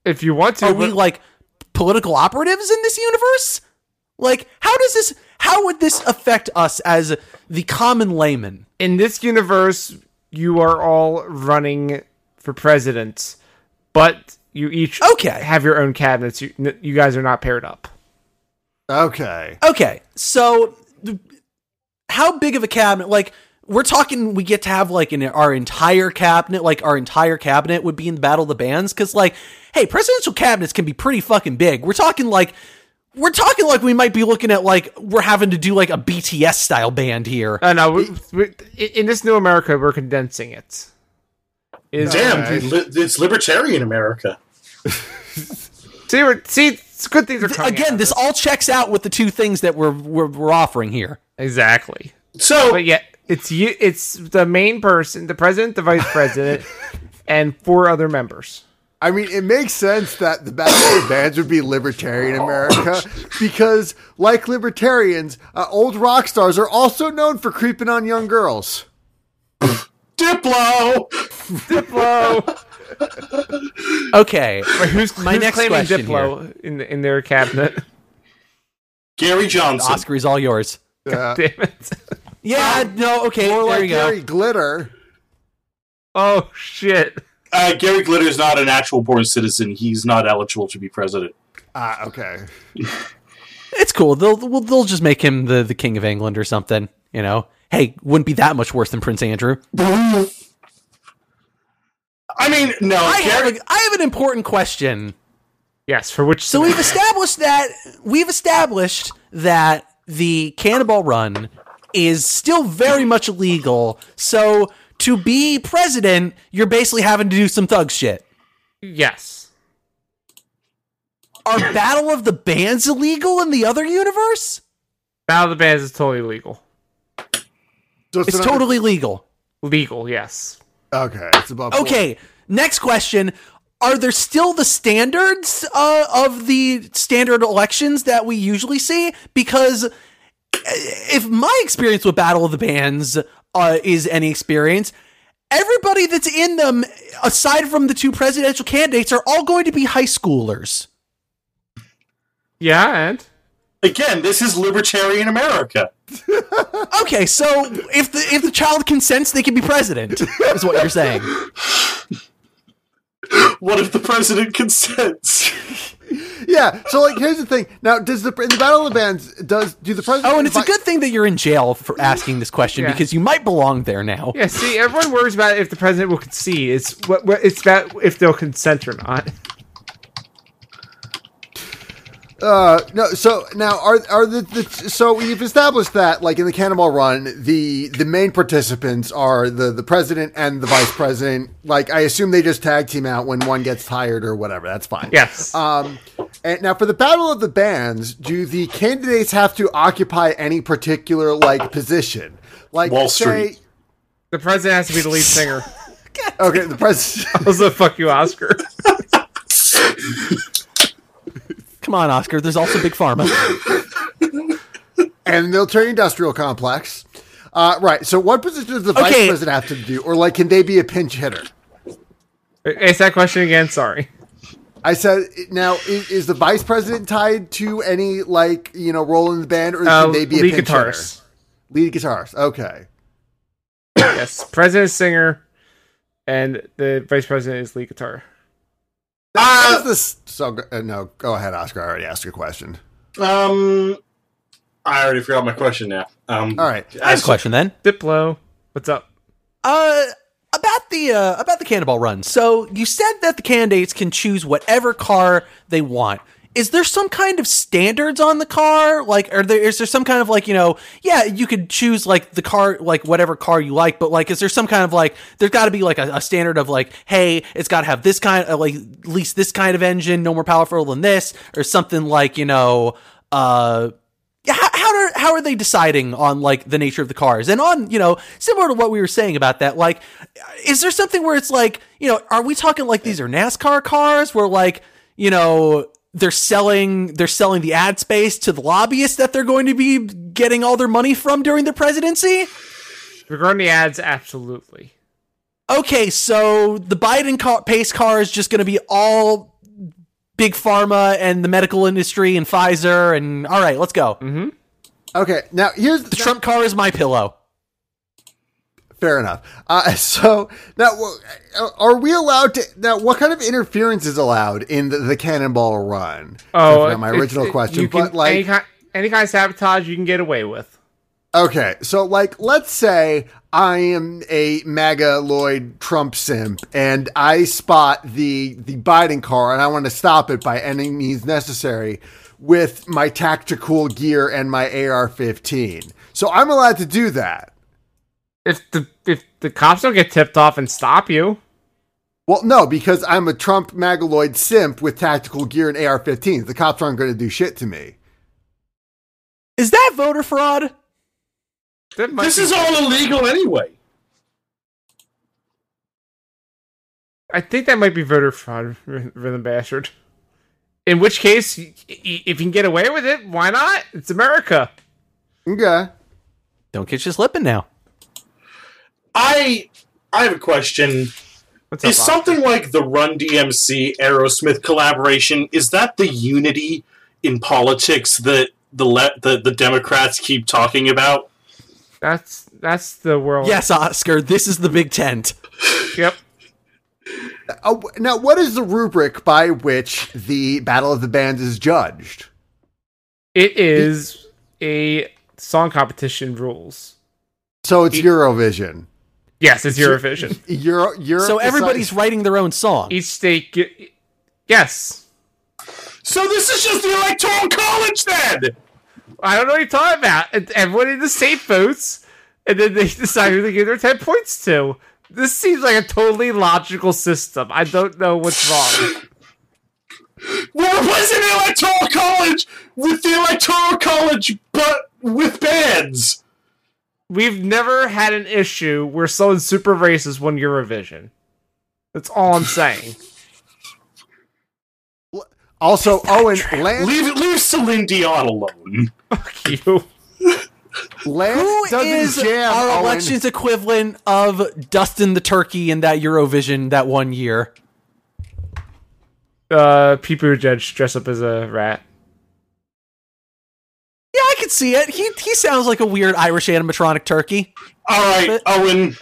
Speaker 4: If you want to,
Speaker 2: Are
Speaker 4: but
Speaker 2: we like political operatives in this universe? Like, how does this, how would this affect us as the common layman?
Speaker 4: in this universe, you are all running for president, but you each
Speaker 2: Okay.
Speaker 4: have your own cabinets. You, you guys are not paired up.
Speaker 5: okay.
Speaker 2: Okay, so th- how big of a cabinet? Like we're talking, we get to have like in our entire cabinet, like our entire cabinet would be in the Battle of the Bands, because like, hey, presidential cabinets can be pretty fucking big. We're talking like, we're talking like we might be looking at like we're having to do like a BTS style band here.
Speaker 4: Uh, no, we, we, i- in this new America, we're condensing it. Is
Speaker 1: Damn, li- it's libertarian America.
Speaker 4: see, we're, see, it's good things are coming.
Speaker 2: Again,
Speaker 4: out.
Speaker 2: this all checks out with the two things that we're we're, we're offering here.
Speaker 4: exactly.
Speaker 1: So,
Speaker 4: But yeah, it's you. It's the main person, the president, the vice president, and four other members.
Speaker 5: I mean, it makes sense that the Battle of the Bands would be libertarian America because, like libertarians, uh, old rock stars are also known for creeping on young girls.
Speaker 1: Diplo!
Speaker 4: Diplo.
Speaker 2: Okay,
Speaker 4: who's
Speaker 2: My
Speaker 4: who's
Speaker 2: next
Speaker 4: claiming
Speaker 2: question
Speaker 4: Diplo in the, in their cabinet?
Speaker 1: Gary Johnson.
Speaker 2: Oscar is all yours.
Speaker 5: Uh,
Speaker 4: Damn it!
Speaker 2: Yeah, no, okay,
Speaker 5: or
Speaker 2: there
Speaker 5: like
Speaker 2: you go.
Speaker 5: Gary Glitter.
Speaker 4: Oh shit!
Speaker 1: Uh, Gary Glitter is not an actual born citizen. He's not eligible to be president.
Speaker 5: Ah, okay.
Speaker 2: It's cool. They'll they'll they'll just make him the the king of England or something. You know, hey, wouldn't be that much worse than Prince Andrew.
Speaker 1: I mean, no.
Speaker 2: I have,
Speaker 1: Gary,
Speaker 2: a, I have an important question.
Speaker 4: Yes, for which
Speaker 2: So we've established that we've established that the Cannonball Run is still very much illegal. So to be president, you're basically having to do some thug shit.
Speaker 4: yes,
Speaker 2: Are Battle of the Bands illegal in the other universe?
Speaker 4: Battle of the Bands is totally legal.
Speaker 5: So
Speaker 2: It's
Speaker 5: another-
Speaker 2: totally legal.
Speaker 4: Legal, yes.
Speaker 5: okay. It's above.
Speaker 2: Okay, next question. are there still the standards uh, of the standard elections that we usually see? Because uh, if my experience with Battle of the Bands uh, is any experience, everybody that's in them, aside from the two presidential candidates, are all going to be high schoolers.
Speaker 4: Yeah, and
Speaker 1: Again, this is libertarian America.
Speaker 2: Okay, so if the if the child consents, they can be president. Is what you're saying?
Speaker 1: What if the president consents?
Speaker 5: Yeah. So like, here's the thing. Now, does the in the Battle of the Bands does do the president?
Speaker 2: Oh, and it's a
Speaker 5: invite-
Speaker 2: good thing that you're in jail for asking this question
Speaker 4: Yeah.
Speaker 2: because you might belong there now.
Speaker 4: yeah. See, everyone worries about if the president will concede. It's what, what it's about if they'll consent or not.
Speaker 5: Uh, no. So now are are the, the so we've established that like in the Cannonball Run, the the main participants are the the president and the vice president. Like I assume they just tag team out when one gets tired or whatever. That's fine.
Speaker 4: Yes.
Speaker 5: Um, and now for the Battle of the Bands, do the candidates have to occupy any particular like position? Like
Speaker 1: Wall
Speaker 5: say-
Speaker 1: Street.
Speaker 4: the president has to be the lead singer.
Speaker 5: Okay, the president.
Speaker 4: Also, fuck you, Oscar.
Speaker 2: Come on, Oscar. There's also Big Pharma.
Speaker 5: and the military industrial complex. Uh, right. So, what position does the
Speaker 2: Okay.
Speaker 5: vice president have to do, or like, can they be a pinch hitter?
Speaker 4: Ask that question again. Sorry.
Speaker 5: I said, now is, is the vice president tied to any like you know role in the band, or
Speaker 4: Uh,
Speaker 5: can they be
Speaker 4: lead
Speaker 5: a pinch
Speaker 4: guitarist.
Speaker 5: hitter? Lead guitarist. Okay.
Speaker 4: yes, president is singer, and the vice president is lead guitar.
Speaker 5: How does this? So uh, no, go ahead, Oscar. I already asked your question.
Speaker 1: Um, I already forgot my question now. Um,
Speaker 5: All right.
Speaker 2: I have a question then.
Speaker 4: Diplo, what's up?
Speaker 2: Uh, about the uh, about the cannonball run. So you said that the candidates can choose whatever car they want. Is there some kind of standards on the car? Like, are there is there some kind of like you know, yeah, you could choose like the car, like whatever car you like, but like, is there some kind of like there's got to be like a, a standard of like, hey, it's got to have this kind, uh, like at least this kind of engine, no more powerful than this, or something like you know, uh, yeah, how, how are how are they deciding on like the nature of the cars and on you know similar to what we were saying about that like is there something where it's like you know are we talking like these are NASCAR cars where like you know they're selling they're selling the ad space to the lobbyists that they're going to be getting all their money from during the presidency
Speaker 4: Regarding the ads, absolutely.
Speaker 2: okay so the Biden car, pace car is just going to be all big pharma and the medical industry and Pfizer and all right let's go
Speaker 5: Okay. Now here's
Speaker 2: the Trump car is my pillow
Speaker 5: Fair enough. Uh, so now, w- are we allowed to? Now, what kind of interference is allowed in the, the cannonball run?
Speaker 4: Oh,
Speaker 5: That's not my
Speaker 4: it's-
Speaker 5: original
Speaker 4: it-
Speaker 5: question,
Speaker 4: you can-
Speaker 5: but like,
Speaker 4: any kind, any kind of sabotage you can get away with.
Speaker 5: okay, so like, let's say I am a MAGA Lloyd Trump simp, and I spot the the Biden car, and I want to stop it by any means necessary with my tactical gear and my AR-15. So I'm allowed to do that.
Speaker 4: If the if the cops don't get tipped off and stop you,
Speaker 5: Well, no, because I'm a Trump Magaloid simp with tactical gear and AR-15s. The cops aren't going to do shit to me.
Speaker 2: is that voter fraud
Speaker 4: that might
Speaker 1: This
Speaker 4: be-
Speaker 1: is all illegal anyway.
Speaker 4: I think that might be voter fraud, R- Rhythm Bastard. In which case, y- y- if you can get away with it, why not? It's America.
Speaker 5: Okay.
Speaker 2: Don't get you slipping now.
Speaker 1: I I have a question.
Speaker 4: What's
Speaker 1: Is
Speaker 4: up, Bob?
Speaker 1: something like the Run DMC Aerosmith collaboration is that the unity in politics that the le- the the Democrats keep talking about?
Speaker 4: That's that's the world.
Speaker 2: Yes, Oscar, this is the big tent.
Speaker 4: Yep.
Speaker 5: Uh, w- now, what is the rubric by which the Battle of the Bands is judged?
Speaker 4: It is a song competition rules.
Speaker 5: So it's Eurovision.
Speaker 4: Yes, it's Eurovision.
Speaker 5: Euro, Euro,
Speaker 2: So everybody's writing their own song.
Speaker 4: Each state. Ge- yes.
Speaker 1: So this is just the electoral college then.
Speaker 4: I don't know what you're talking about. And Everyone in the state votes, and then they decide who to give their 10 points to. This seems like a totally logical system. I don't know what's wrong.
Speaker 1: We're replacing the electoral college with the electoral college, but with bands.
Speaker 4: We've never had an issue where someone's super racist won Eurovision. That's all I'm saying.
Speaker 5: Also, Owen Lance,
Speaker 1: Leave leave Celine Dion alone.
Speaker 4: Fuck you.
Speaker 5: Lance
Speaker 2: Who
Speaker 5: doesn't
Speaker 2: is
Speaker 5: jam.
Speaker 2: our
Speaker 5: Owen.
Speaker 2: elections equivalent of Dustin the Turkey in that Eurovision that one year?
Speaker 4: Uh, people judge dress up as a rat.
Speaker 2: Yeah, I could see it. He he sounds like a weird Irish animatronic turkey.
Speaker 1: All right,
Speaker 2: But-
Speaker 1: Owen.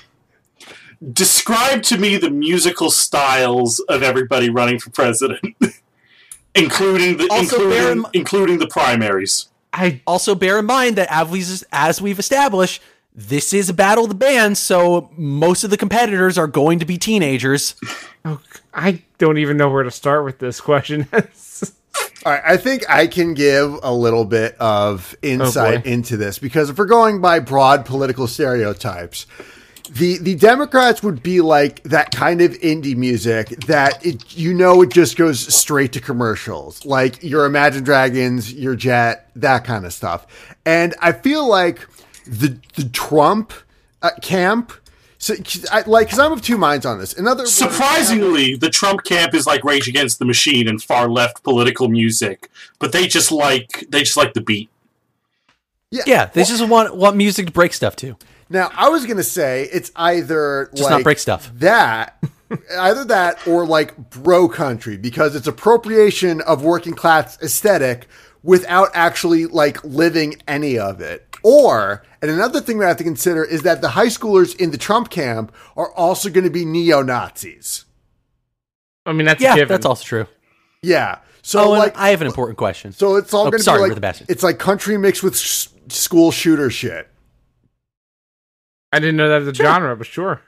Speaker 1: Describe to me the musical styles of everybody running for president, including the
Speaker 2: Also, bear
Speaker 1: including,
Speaker 2: in mi-
Speaker 1: including the primaries.
Speaker 4: I
Speaker 2: Also, bear in mind that as we've, as we've established, this is a battle of the bands, so most of the competitors are going to be teenagers.
Speaker 4: oh, I don't even know where to start with this question.
Speaker 5: All right, I think I can give a little bit of insight
Speaker 4: boy.
Speaker 5: into this because if we're going by broad political stereotypes, the the Democrats would be like that kind of indie music that it you know it just goes straight to commercials, like your Imagine Dragons, your Jet, that kind of stuff. And I feel like the the Trump uh, camp, so, 'cause I, like, because I'm of two minds on this. Another
Speaker 1: Surprisingly, the Trump camp is like Rage Against the Machine and far left political music, but they just like they just like the beat.
Speaker 2: Yeah, they just want want music to break stuff to.
Speaker 5: Now, I was gonna say it's either
Speaker 2: Just
Speaker 5: like
Speaker 2: not break stuff.
Speaker 5: That either that or like bro country because it's appropriation of working class aesthetic without actually like living any of it. Or and another thing we have to consider is that the high schoolers in the Trump camp are also going to be neo Nazis.
Speaker 4: I mean, that's a
Speaker 2: Yeah,
Speaker 4: given.
Speaker 2: that's also true.
Speaker 5: Yeah. So
Speaker 2: Oh, and
Speaker 5: like
Speaker 2: I have an important question.
Speaker 5: so it's all
Speaker 2: Oh,
Speaker 5: going to
Speaker 2: sorry,
Speaker 5: be
Speaker 2: we're the
Speaker 5: like
Speaker 2: bastards.
Speaker 5: it's like country mixed with s- school shooter shit.
Speaker 4: I didn't know that was a genre, but sure.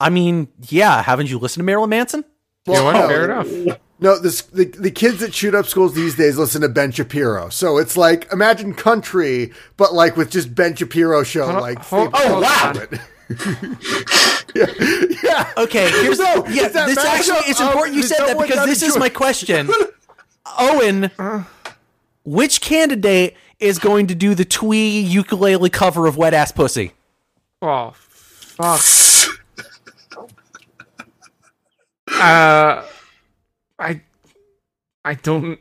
Speaker 2: I mean, yeah, haven't you listened to Marilyn Manson?
Speaker 4: you know what?
Speaker 5: no,
Speaker 4: Fair enough.
Speaker 5: No, this, the the kids that shoot up schools these days listen to Ben Shapiro. So it's like imagine country, but like with just Ben Shapiro show.
Speaker 4: Hold on,
Speaker 5: like,
Speaker 4: hold-
Speaker 5: Steve-
Speaker 1: Oh wow!
Speaker 5: yeah,
Speaker 2: Okay, here's
Speaker 5: No,
Speaker 2: yeah,
Speaker 5: it's that
Speaker 2: this
Speaker 5: mashup
Speaker 2: actually it's
Speaker 5: of-
Speaker 2: important you
Speaker 5: did
Speaker 2: said that
Speaker 5: someone
Speaker 2: because
Speaker 5: not
Speaker 2: this Um, is
Speaker 5: enjoy-
Speaker 2: my question. Owen, which candidate is going to do the twee ukulele cover of Wet Ass Pussy?
Speaker 4: Oh, fuck. uh, I, I don't.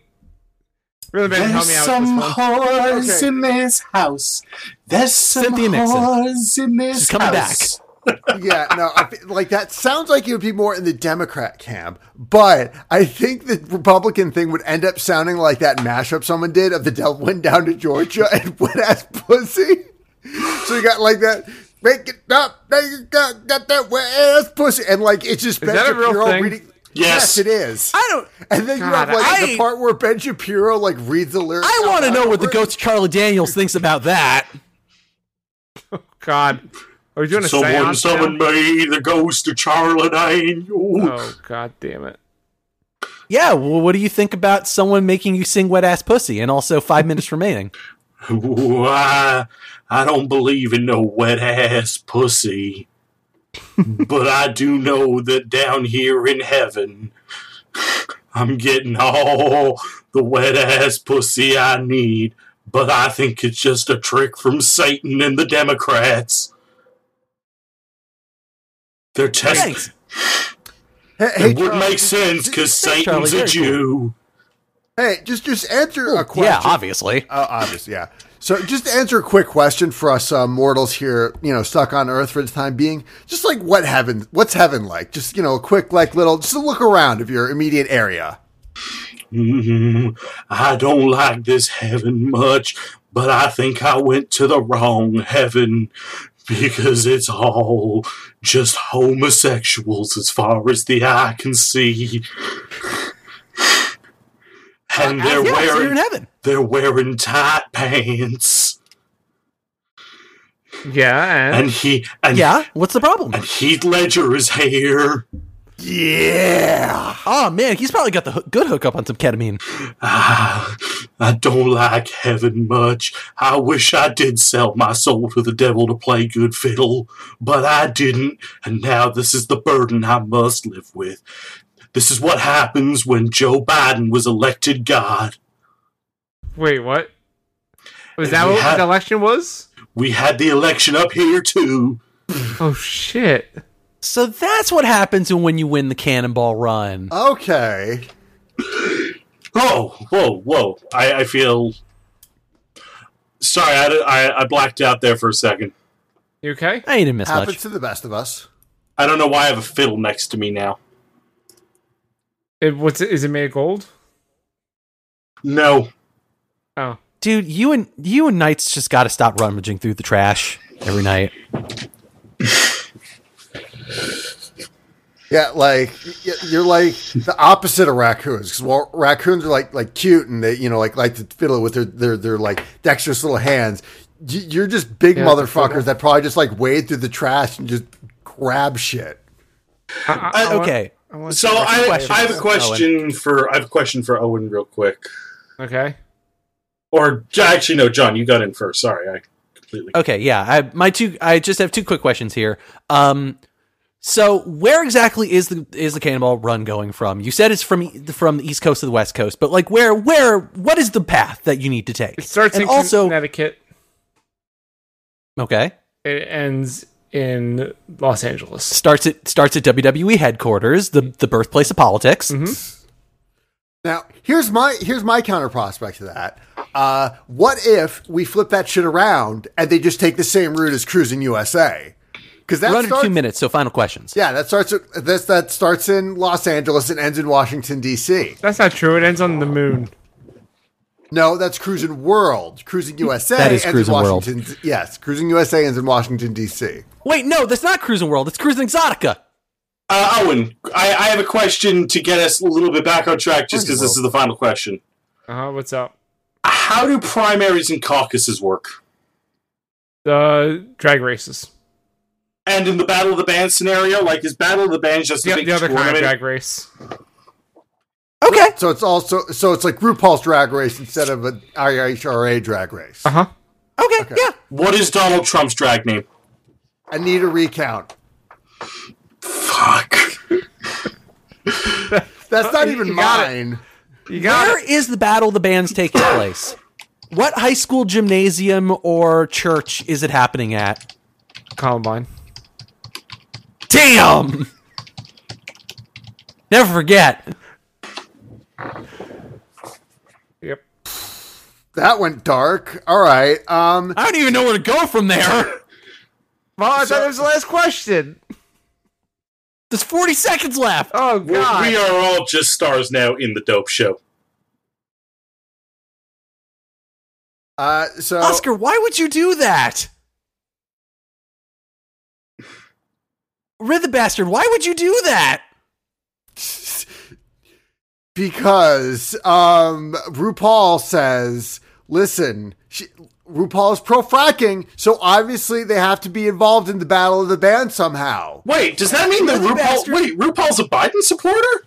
Speaker 4: Really, Ben, help
Speaker 1: There's
Speaker 4: me out with
Speaker 1: some
Speaker 4: this one.
Speaker 1: whores
Speaker 5: Okay.
Speaker 1: in this house. There's some
Speaker 2: Cynthia Nixon.
Speaker 1: whores in this
Speaker 2: She's coming
Speaker 1: house.
Speaker 5: yeah, no, I, fe- like that sounds like it would be more in the Democrat camp, but I think the Republican thing would end up sounding like that mashup someone did of the devil went down to Georgia and wet ass pussy. So you got like that. Make it up, make it up, got that wet ass pussy, and like it's just Ben
Speaker 4: that a real
Speaker 5: Shapiro
Speaker 4: thing?
Speaker 5: reading.
Speaker 1: Yes.
Speaker 5: it is.
Speaker 2: I don't
Speaker 5: And then you
Speaker 4: God,
Speaker 5: have like
Speaker 2: I-
Speaker 5: the part where Ben Shapiro like reads the lyrics.
Speaker 2: I
Speaker 5: out
Speaker 2: want to
Speaker 5: loud.
Speaker 2: know what the ghost of Charlie Daniels thinks about that.
Speaker 4: God, are we doing a
Speaker 1: Someone
Speaker 4: seance? now?
Speaker 1: summoned me, the ghost of Charlotte Angel.
Speaker 4: Oh God, damn it!
Speaker 2: Yeah, well, what do you think about someone making you sing Wet Ass Pussy and also 5 minutes remaining?
Speaker 1: Ooh, I, I don't believe in no wet ass pussy. but I do know that down here in heaven, I'm getting all the wet ass pussy I need. But I think it's just a trick from Satan and the Democrats. They're testing.
Speaker 2: Thanks.
Speaker 5: Hey, hey,
Speaker 1: It would
Speaker 5: Charlie,
Speaker 1: make sense because
Speaker 2: Thanks, Charlie.
Speaker 1: Satan's a
Speaker 2: Very cool.
Speaker 1: Jew.
Speaker 5: hey, just just answer a question.
Speaker 2: Yeah, obviously.
Speaker 5: Uh, obvious, yeah. So just to answer a quick question for us uh, mortals here, you know, stuck on Earth for the time being. Just like what heaven, what's heaven like? Just you know, a quick like little, just a look around of your immediate area.
Speaker 1: Mm, I don't like this heaven much, but I think I went to the wrong heaven because it's all just homosexuals as far as the eye can see. And they're
Speaker 2: yeah, so you're in
Speaker 1: wearing
Speaker 2: heaven.
Speaker 1: they're wearing tight pants.
Speaker 4: Yeah, and
Speaker 1: And he and
Speaker 2: Yeah, what's the problem?
Speaker 1: and Heath Ledger is here.
Speaker 5: Yeah,
Speaker 2: Oh man, he's probably got the hoo- good hookup on some ketamine.
Speaker 1: Ah, I don't like heaven much. I wish I did sell my soul to the devil to play good fiddle, but I didn't, and now this is the burden I must live with. This is what happens when Joe Biden was elected God.
Speaker 4: wait, what? Was
Speaker 1: And
Speaker 4: that
Speaker 1: we
Speaker 4: what
Speaker 1: had-
Speaker 4: the election was?
Speaker 1: We had the election up here, too.
Speaker 4: Oh shit!
Speaker 2: So that's what happens when you win the cannonball run.
Speaker 5: okay.
Speaker 1: Oh, whoa, whoa. I, I feel. Sorry, I, I, I blacked out there for a second.
Speaker 4: You okay?
Speaker 2: I didn't miss
Speaker 5: Happens
Speaker 2: much.
Speaker 5: to the best of us.
Speaker 1: I don't know why I have a fiddle next to me now.
Speaker 4: It, what's it, is it made of gold?
Speaker 1: No.
Speaker 4: Oh,
Speaker 2: Dude, you and you and Knights just got to stop rummaging through the trash every night.
Speaker 5: Yeah, like y- you're like the opposite of raccoons. 'Cause while raccoons are like like cute and they you know like like to fiddle with their their their like dexterous little hands. Y- You're just big
Speaker 4: Yeah, it's a fiddle.
Speaker 5: motherfuckers that probably just like wade through the trash and just grab shit.
Speaker 4: I, I- I want-
Speaker 2: Uh, Okay.
Speaker 4: I want
Speaker 1: So I, I have a question for I have a question for Owen real quick.
Speaker 4: okay.
Speaker 1: Or J- actually, no, John, you got in first. Sorry, I completely.
Speaker 2: Okay, yeah. I my two I just have two quick questions here. Um so where exactly is the is the Cannonball Run going from? You said it's from e- from the East Coast to the West Coast, but like where where what is the path that you need to take?
Speaker 4: It starts
Speaker 2: and
Speaker 4: in
Speaker 2: also
Speaker 4: Connecticut.
Speaker 2: okay
Speaker 4: It ends in Los Angeles.
Speaker 2: starts at starts at WWE headquarters, the the birthplace of politics.
Speaker 4: Mm-hmm.
Speaker 5: Now here's my here's my counter prospect to that. Uh, what if we flip that shit around and they just take the same route as Cruising USA? Because that
Speaker 2: We're under
Speaker 5: starts,
Speaker 2: two minutes, so final questions.
Speaker 5: yeah, that starts this that starts in Los Angeles and ends in Washington D.C.
Speaker 4: That's not true. It ends on the moon.
Speaker 5: No, that's Cruising World. Cruising USA
Speaker 2: That is Cruisin'
Speaker 5: in
Speaker 2: World.
Speaker 5: Washington. Yes, Cruising USA ends in Washington D.C.
Speaker 2: Wait, no, that's not Cruising World. It's Cruising Exotica.
Speaker 1: Uh, Owen, I, I have a question to get us a little bit back on track, just because this is the final question.
Speaker 4: Uh huh. What's up?
Speaker 1: How do primaries and caucuses work?
Speaker 4: The drag races.
Speaker 1: And in the Battle of the Bands scenario, like is Battle of the Bands just a
Speaker 4: The,
Speaker 1: big
Speaker 4: the other kind of
Speaker 1: tournament?
Speaker 4: drag race.
Speaker 2: Okay.
Speaker 5: So it's also so it's like RuPaul's Drag Race instead of an IHRA Drag Race.
Speaker 4: Uh huh.
Speaker 2: Okay. Yeah.
Speaker 1: What is Donald Trump's drag name?
Speaker 5: I need a recount.
Speaker 1: Fuck.
Speaker 5: That's not even
Speaker 4: you got
Speaker 5: mine.
Speaker 4: You
Speaker 2: Where
Speaker 4: got it.
Speaker 2: is the battle of the bands taking place? What high school gymnasium or church is it happening at?
Speaker 4: Columbine.
Speaker 2: Damn! Never forget.
Speaker 4: Yep.
Speaker 5: That went dark. All right. Um.
Speaker 2: I don't even know where to go from there.
Speaker 4: Well, I thought it was the last question.
Speaker 2: There's 40 seconds left.
Speaker 4: Oh
Speaker 1: We
Speaker 4: God.
Speaker 1: we are all just stars now in the dope show.
Speaker 5: Uh. So
Speaker 2: Oscar, why would you do that? Rhythm bastard, why would you do that?
Speaker 5: because um RuPaul says, listen, she, RuPaul is pro fracking, so obviously they have to be involved in the battle of the band somehow.
Speaker 1: Wait, does that mean that
Speaker 2: Really,
Speaker 1: RuPaul?
Speaker 2: bastard?
Speaker 1: Wait, RuPaul's a Biden supporter?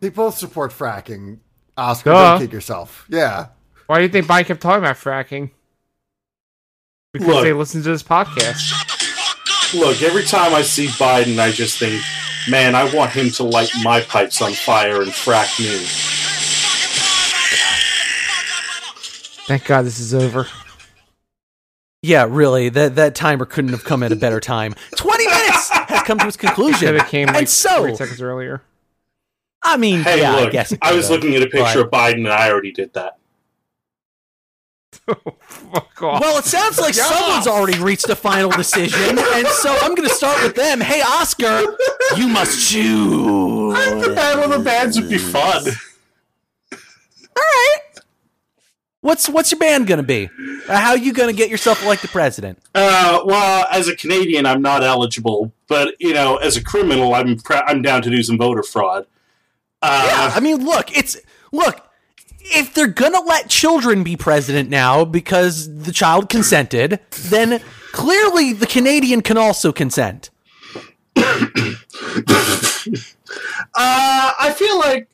Speaker 5: They both support fracking. Oscar,
Speaker 4: Duh.
Speaker 5: don't kick yourself. Yeah.
Speaker 4: Why do you think Biden kept talking about fracking? Because
Speaker 1: Look.
Speaker 4: they listened to this podcast.
Speaker 1: Look, every time I see Biden, I just think, man, I want him to light my pipes on fire and frack me.
Speaker 4: Thank God this is over.
Speaker 2: Yeah, really. That that timer couldn't have come at a better time. 20 minutes has come to its conclusion.
Speaker 4: Should have came like
Speaker 2: and so,
Speaker 4: three seconds earlier.
Speaker 2: I mean,
Speaker 1: Hey,
Speaker 2: yeah,
Speaker 1: look,
Speaker 2: I guess. it
Speaker 1: I was
Speaker 2: could've.
Speaker 1: looking at a picture of Biden, and I already did that.
Speaker 4: Fuck off.
Speaker 2: Well, it sounds like someone's already reached a final decision, and so I'm going to start with them. Hey, Oscar, you must choose.
Speaker 1: The Battle of the Bands would be
Speaker 2: Mm.
Speaker 1: fun.
Speaker 2: What's what's your band going to be? Uh, How you going to get yourself elected president?
Speaker 1: Uh, well, as a Canadian, I'm not eligible, but you know, as a criminal, I'm pr- I'm down to do some voter fraud. Uh,
Speaker 2: I mean, look, it's look. If they're going to let children be president now because the child consented, then clearly the Canadian can also consent.
Speaker 1: uh, I feel like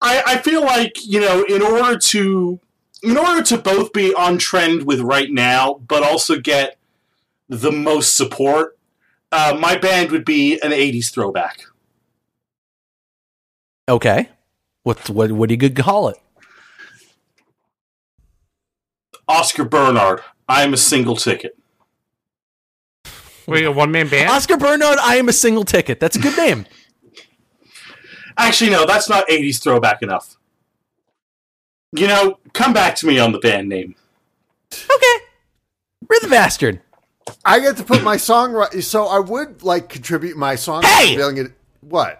Speaker 1: I, I feel like you know, in order to in order to both be on trend with right now, but also get the most support, uh, my band would be an '80s throwback.
Speaker 2: Okay. What's what what do you could call it?
Speaker 1: Oscar Bernard. I'm a single ticket.
Speaker 4: Wait, a one man band?
Speaker 2: Oscar Bernard, I am a single ticket. That's a good name.
Speaker 1: Actually, no, that's not 80s throwback enough. You know, come back to me on the band name.
Speaker 2: Okay. Rhythm bastard.
Speaker 5: I get to put my song right, so I would like contribute my song.
Speaker 2: Hey!
Speaker 5: Feeling it- What?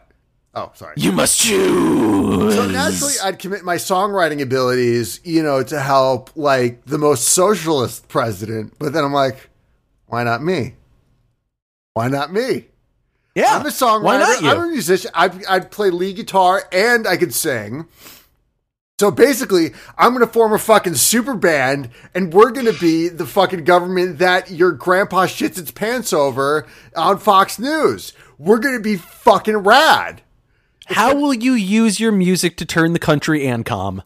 Speaker 5: Oh, sorry.
Speaker 2: You must choose.
Speaker 5: So naturally, I'd commit my songwriting abilities, you know, to help like the most socialist president. But then I'm like, why not me? Why not me?
Speaker 2: yeah.
Speaker 5: I'm a songwriter.
Speaker 2: Why not you?
Speaker 5: I'm a musician. I I play lead guitar and I could sing. So basically, I'm going to form a fucking super band, and we're going to be the fucking government that your grandpa shits its pants over on Fox News. We're going to be fucking rad.
Speaker 2: How will you use your music to turn the country and calm?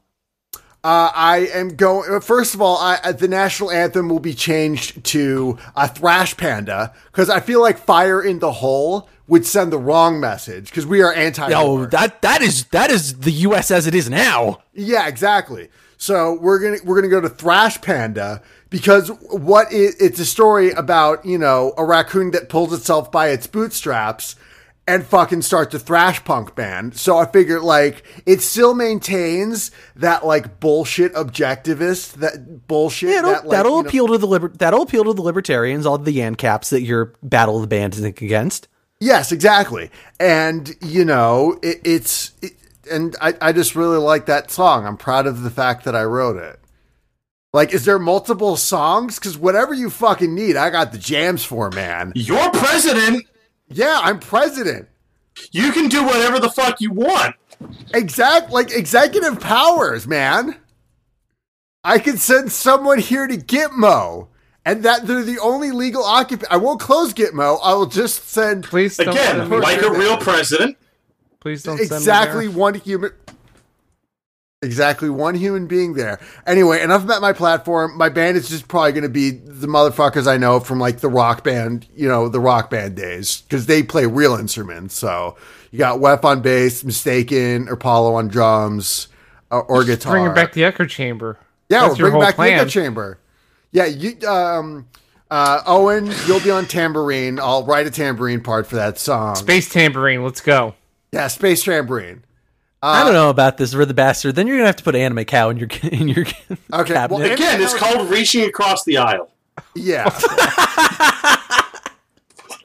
Speaker 5: Uh, I am going. First of all, I, uh, the national anthem will be changed to uh, Thrash Panda because I feel like Fire in the Hole would send the wrong message because we are anti.
Speaker 2: Oh, that that is that is the U.S. as it is now.
Speaker 5: Yeah, exactly. So we're gonna we're gonna go to Thrash Panda because what i it's a story about you know a raccoon that pulls itself by its bootstraps and fucking starts a thrash punk band. So I figured like it still maintains that like bullshit objectivist that bullshit
Speaker 2: It'll,
Speaker 5: that like,
Speaker 2: that'll
Speaker 5: you know-
Speaker 2: appeal to the liber- that'll appeal to the libertarians, all the yan caps that your battle of the band is against.
Speaker 5: Yes, exactly. And you know it, it's it, and I I just really like that song. I'm proud of the fact that I wrote it. Like, is there multiple songs? Because whatever you fucking need, I got the jams for, man.
Speaker 1: You're president!
Speaker 5: Yeah, I'm president.
Speaker 1: You can do whatever the fuck you want.
Speaker 5: Exact like executive powers, man. I could send someone here to Gitmo, and that they're the only legal occupant. I won't close Gitmo. I will just send
Speaker 4: Please don't
Speaker 1: Again,
Speaker 4: send me
Speaker 1: like
Speaker 4: there.
Speaker 1: a real president.
Speaker 4: Please don't send me
Speaker 5: exactly
Speaker 4: there.
Speaker 5: one human exactly one human being there anyway enough about my platform my band is just probably going to be the motherfuckers i know from like the rock band you know the rock band days because they play real instruments so you got wef on bass mistaken apollo on drums uh, or guitar
Speaker 4: Bring it back to the echo chamber.
Speaker 5: yeah,
Speaker 4: That's
Speaker 5: we're
Speaker 4: your
Speaker 5: bringing
Speaker 4: whole
Speaker 5: back the
Speaker 4: plan.
Speaker 5: echo chamber. Yeah, you, um, uh, Owen, you'll be on tambourine. I'll write a tambourine part for that song.
Speaker 4: Space tambourine. Let's go.
Speaker 5: yeah, space tambourine. Uh,
Speaker 2: I don't know about this rhythm bastard. Then you're gonna have to put anime cow in your in your
Speaker 5: Okay, well,
Speaker 2: cabinet.
Speaker 5: it-
Speaker 1: Again, it's called reaching across the aisle.
Speaker 5: Yeah.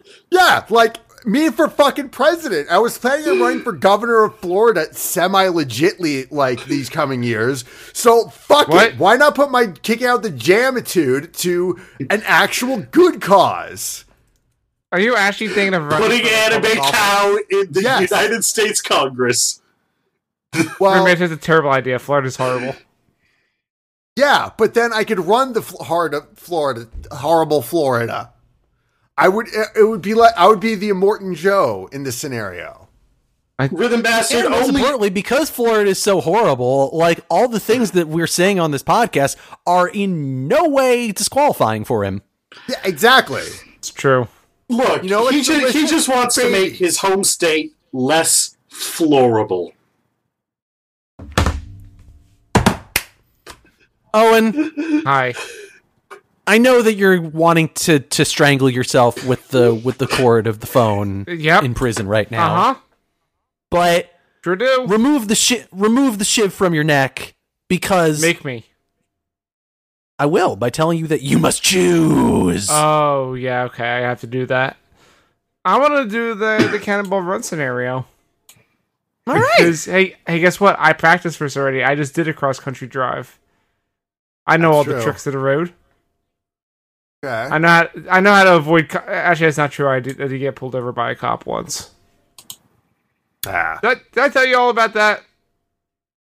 Speaker 5: yeah, like me for fucking president. I was planning on running for governor of Florida semi legitly like these coming years. So fuck
Speaker 4: What?
Speaker 5: it. Why not put my kicking out the jamitude to an actual good cause?
Speaker 4: Are you actually thinking of running
Speaker 1: Putting
Speaker 4: for
Speaker 1: anime
Speaker 4: public office?
Speaker 1: cow in the
Speaker 5: Yes.
Speaker 1: United States Congress.
Speaker 5: Well,
Speaker 4: Remember, it's a terrible idea. Florida's horrible.
Speaker 5: Yeah, but then I could run the fl- hard Florida, horrible Florida. I would. uh, It would be like I would be the Morton Joe in this scenario.
Speaker 1: Rhythm Bastard
Speaker 2: And most
Speaker 1: only.
Speaker 2: importantly, because Florida is so horrible, like all the things that we're saying on this podcast are in no way disqualifying for him.
Speaker 5: Yeah, exactly.
Speaker 4: It's true.
Speaker 1: Look,
Speaker 5: You know what?
Speaker 1: he, ju- he just wants to
Speaker 5: Baby.
Speaker 1: make his home state less florable.
Speaker 2: Owen,
Speaker 4: Hi.
Speaker 2: I know that you're wanting to to strangle yourself with the with the cord of the phone
Speaker 4: Yep.
Speaker 2: in prison right now.
Speaker 4: Uh huh.
Speaker 2: But
Speaker 4: Sure do.
Speaker 2: remove the shit remove the shiv from your neck because
Speaker 4: Make me.
Speaker 2: I will by telling you that you must choose.
Speaker 4: Oh yeah. Okay. I have to do that. I want to do the the cannonball run scenario.
Speaker 2: All right.
Speaker 4: Because hey, hey, guess what? I practiced for this already. I just did a cross country drive. I know
Speaker 5: That's
Speaker 4: all
Speaker 5: true.
Speaker 4: the tricks of the road.
Speaker 5: Okay.
Speaker 4: I know. How, I know how to avoid. Co- Actually, that's not true. I did, I did get pulled over by a cop once.
Speaker 5: Ah.
Speaker 4: Did I, did I tell you all about that?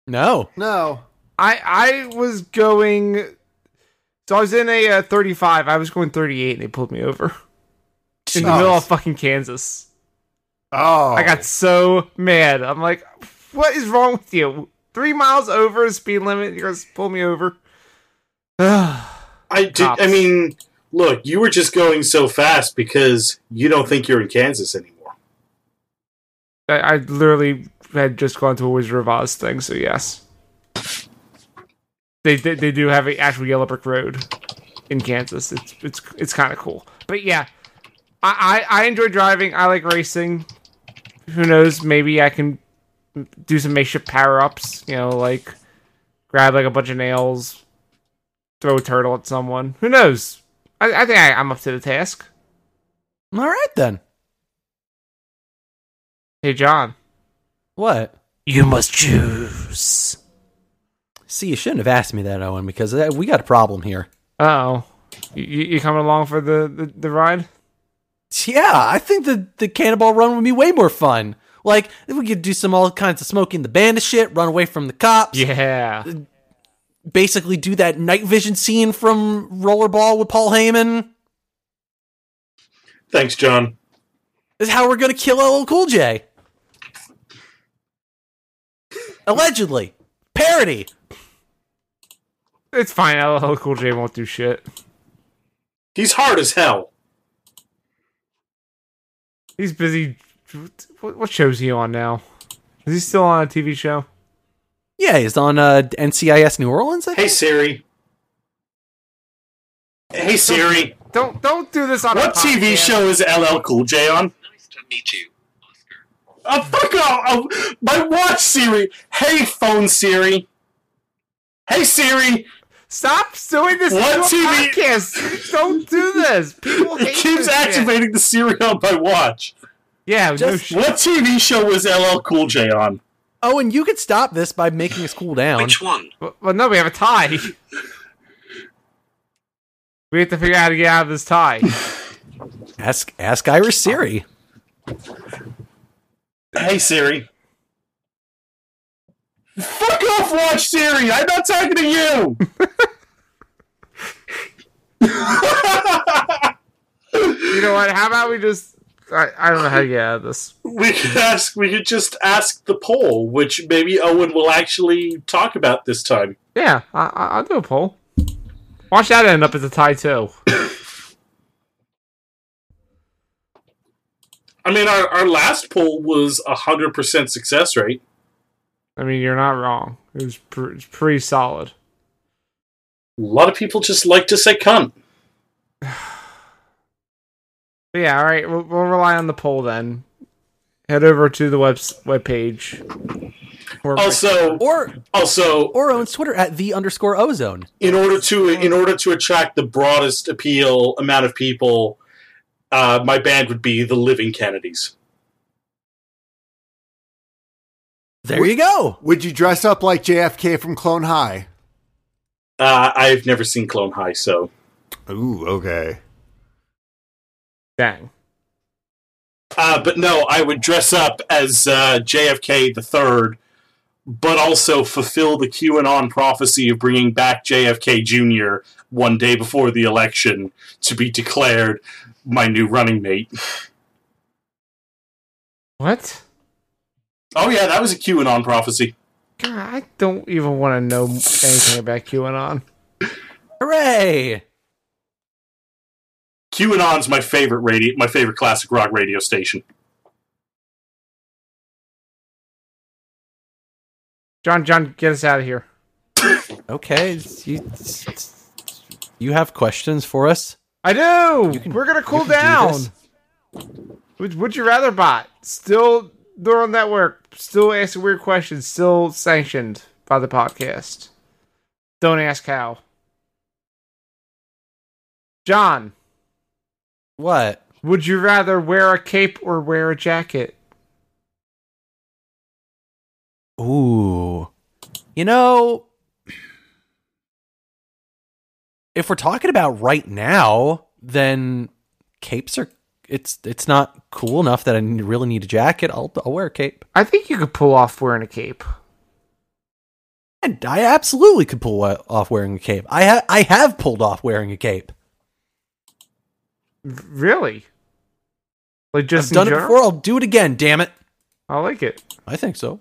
Speaker 2: No.
Speaker 5: No.
Speaker 4: I I was going. So I was in a uh, 35. I was going 38, and they pulled me over in the
Speaker 5: Jeez.
Speaker 4: middle of fucking Kansas.
Speaker 5: Oh,
Speaker 4: I got so mad. I'm like, what is wrong with you? Three miles over the speed limit. You're gonna pull me over.
Speaker 1: I, did,
Speaker 4: Cops.
Speaker 1: I mean, look, you were just going so fast because you don't think you're in Kansas anymore.
Speaker 4: I, I literally had just gone to a Wizard of Oz thing, so yes. They they, they do have an actual Yellow Brick Road in Kansas. It's it's it's kind of cool. But yeah, I, I I enjoy driving. I like racing. Who knows? Maybe I can do some makeshift power ups. You know, like grab like a bunch of nails, throw a turtle at someone. Who knows? I, I think I, I'm up to the task.
Speaker 2: All right then.
Speaker 4: Hey, John.
Speaker 2: What? You must choose. See, you shouldn't have asked me that, Owen, because uh, we got a problem here.
Speaker 4: Oh, you, you coming along for the, the, the ride?
Speaker 2: Yeah, I think the the cannonball run would be way more fun. Like we could do some all kinds of smoking the bandit shit, run away from the cops,
Speaker 4: Yeah.
Speaker 2: basically do that night vision scene from Rollerball with Paul Heyman.
Speaker 1: Thanks, John.
Speaker 2: Is how we're gonna kill LL Cool J. Allegedly, parody.
Speaker 4: It's fine. LL Cool J won't do shit.
Speaker 1: He's hard as hell.
Speaker 4: He's busy. What, what show's he on now? Is he still on a TV show?
Speaker 2: Yeah, he's on uh, NCIS New Orleans. I
Speaker 1: Hey
Speaker 2: think?
Speaker 1: Siri. Hey Siri.
Speaker 4: Don't don't do this on a
Speaker 1: What TV
Speaker 4: podcast.
Speaker 1: show is LL Cool J on?
Speaker 6: Nice to meet you, Oscar.
Speaker 1: Oh fuck off! Oh, my watch Siri. Hey phone Siri. Hey Siri.
Speaker 4: Stop doing this
Speaker 1: What
Speaker 4: on a
Speaker 1: TV?
Speaker 4: podcast. Don't do this. People hate
Speaker 1: It keeps
Speaker 4: this shit.
Speaker 1: activating the Siri on my watch.
Speaker 4: Yeah, no
Speaker 2: Just-
Speaker 4: shit.
Speaker 1: What TV show was LL Cool J on?
Speaker 2: Oh, and you could stop this by making us cool down.
Speaker 6: Which one?
Speaker 4: Well, no, we have a tie. we have to figure out how to get out of this tie.
Speaker 2: Ask Ask Irish Siri.
Speaker 1: Hey Siri. Fuck off, watch Siri. I'm not talking to you.
Speaker 4: You know what? How about we just? I, I don't know how to get out of this.
Speaker 1: We could ask. We could just ask the poll, which maybe Owen will actually talk about this time.
Speaker 4: Yeah, I, I, I'll do a poll. Watch that end up as a tie too.
Speaker 1: I mean, our, our last poll was a hundred percent success rate.
Speaker 4: I mean, you're not wrong. It was pr- it's pretty solid.
Speaker 1: A lot of people just like to say cunt.
Speaker 4: But yeah, all right. We'll, we'll rely on the poll then. Head over to the web webpage.
Speaker 2: Oh,
Speaker 4: Or-
Speaker 1: Also,
Speaker 2: Or
Speaker 1: also,
Speaker 2: or Owen's Twitter at the underscore ozone.
Speaker 1: in order to in order to attract the broadest appeal amount of people, uh, my band would be the Living Kennedys.
Speaker 2: There you go.
Speaker 5: Would you dress up like JFK from Clone High?
Speaker 1: Uh, I've never seen Clone High, so
Speaker 5: Ooh, okay.
Speaker 4: dang.
Speaker 1: Uh, but no, I would dress up as uh, JFK the third, but also fulfill the QAnon prophecy of bringing back JFK Jr. one day before the election to be declared my new running mate.
Speaker 4: What?
Speaker 1: Oh yeah, that was a QAnon prophecy.
Speaker 4: God, I don't even want to know anything about QAnon.
Speaker 2: Hooray!
Speaker 1: QAnon's my favorite radio, my favorite classic rock radio station.
Speaker 4: John, John, get us out of here.
Speaker 2: Okay, you, you have questions for us?
Speaker 4: I do. We're gonna cool
Speaker 2: you can do
Speaker 4: down.
Speaker 2: this.
Speaker 4: Would, would you rather bot? Still neural network. Still asking weird questions. Still sanctioned by the podcast. Don't ask how. John,
Speaker 2: What?
Speaker 4: would you rather wear a cape or wear a jacket?
Speaker 2: Ooh. You know, if we're talking about right now, then capes are it's it's not cool enough that I n- really need a jacket. I'll I'll wear a cape.
Speaker 4: I think you could pull off wearing a cape.
Speaker 2: And I absolutely could pull wa- off wearing a cape. I ha- I have pulled off wearing a cape.
Speaker 4: R- Really? Like
Speaker 2: I've
Speaker 4: just in
Speaker 2: done it
Speaker 4: general?
Speaker 2: before. I'll do it again. Damn it!
Speaker 4: I like it.
Speaker 2: I think so.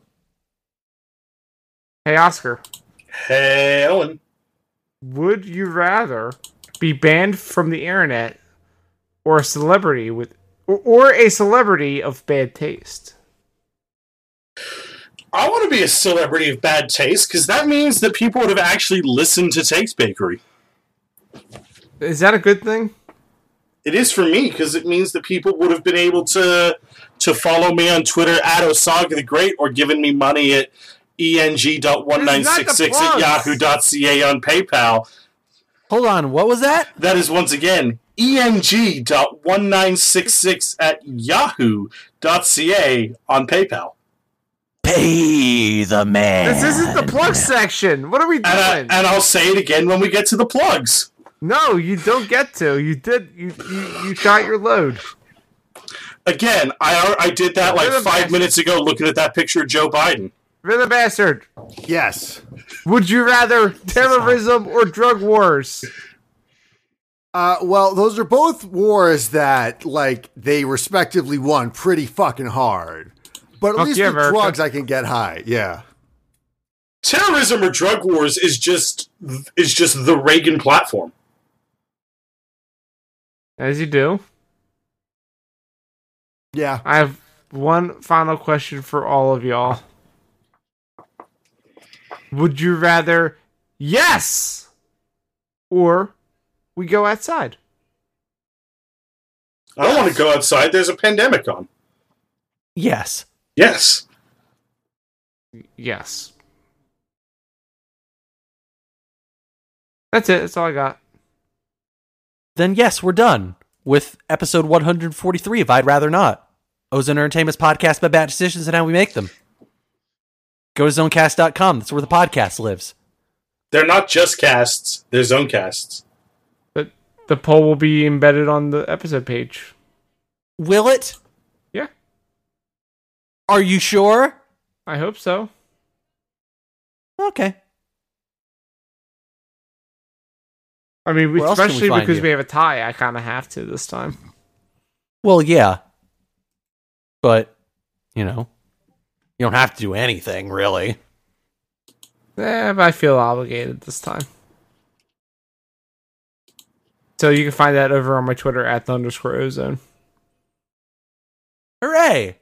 Speaker 4: Hey Oscar,
Speaker 1: Hey Owen,
Speaker 4: Would you rather be banned from the internet or a celebrity with or, or a celebrity of bad taste?
Speaker 1: I want to be a celebrity of bad taste because that means that people would have actually listened to Taste Bakery.
Speaker 4: Is that a good thing?
Speaker 1: it is for me because it means that people would have been able to to follow me on Twitter at Osaga the Great or giving me money at E eng.1966 at yahoo.ca on PayPal.
Speaker 2: Hold on, what was that?
Speaker 1: That is once again E eng.1966 at yahoo.ca on PayPal.
Speaker 7: Pay the man.
Speaker 4: This isn't the plug section. What are we doing?
Speaker 1: And, I, and I'll say it again when we get to the plugs.
Speaker 4: no, you don't get to. You did. You you, you shot your load.
Speaker 1: Again, I I did that like
Speaker 4: You're the
Speaker 1: five
Speaker 4: best.
Speaker 1: minutes ago looking at that picture of Joe Biden.
Speaker 4: You're the bastard.
Speaker 5: Yes.
Speaker 4: Would you rather terrorism or drug wars?
Speaker 5: Uh, well, those are both wars that, like, they respectively won pretty fucking hard. But at
Speaker 4: Fuck
Speaker 5: least
Speaker 4: yeah,
Speaker 5: with
Speaker 4: America.
Speaker 5: drugs, I can get high. Yeah.
Speaker 1: Terrorism or drug wars is just is just the Reagan platform.
Speaker 4: As you do.
Speaker 5: Yeah.
Speaker 4: I have one final question for all of y'all. Would you rather yes or we go outside?
Speaker 1: I don't want to go outside. There's a pandemic on.
Speaker 2: Yes.
Speaker 1: Yes.
Speaker 4: Yes. That's it. That's all I got.
Speaker 2: Then yes, we're done with episode 143 of I'd Rather Not. Ozone Entertainment's podcast by bad decisions and how we make them. Go to zonecast.com. That's where the podcast lives.
Speaker 1: They're not just casts, they're zone casts.
Speaker 4: But the poll will be embedded on the episode page.
Speaker 2: Will it?
Speaker 4: Yeah,
Speaker 2: Are you sure?
Speaker 4: I hope so.
Speaker 2: Okay.
Speaker 4: I mean,
Speaker 2: Where else can we
Speaker 4: especially
Speaker 2: find
Speaker 4: because
Speaker 2: you?
Speaker 4: we have a tie, I kind of have to this time.
Speaker 2: Well, yeah. But, you know, you don't have to do anything, really.
Speaker 4: Eh, but I feel obligated this time. So you can find that over on my Twitter at the underscore ozone.
Speaker 2: Hooray!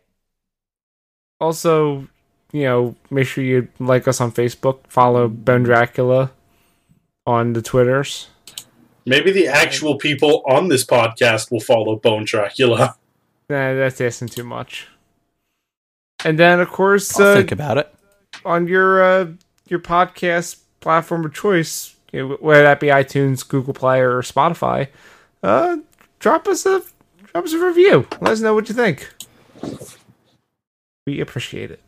Speaker 4: Also, you know, make sure you like us on Facebook, follow Bone Dracula on the Twitters.
Speaker 1: Maybe the actual people on this podcast will follow Bone Dracula.
Speaker 4: Nah, that's asking too much. And then, of course,
Speaker 2: I'll
Speaker 4: uh,
Speaker 2: think about it.
Speaker 4: on your uh, your podcast platform of choice, you know, whether that be iTunes, Google Play, or Spotify, uh, drop us a drop us a review. Let us know what you think. We appreciate it.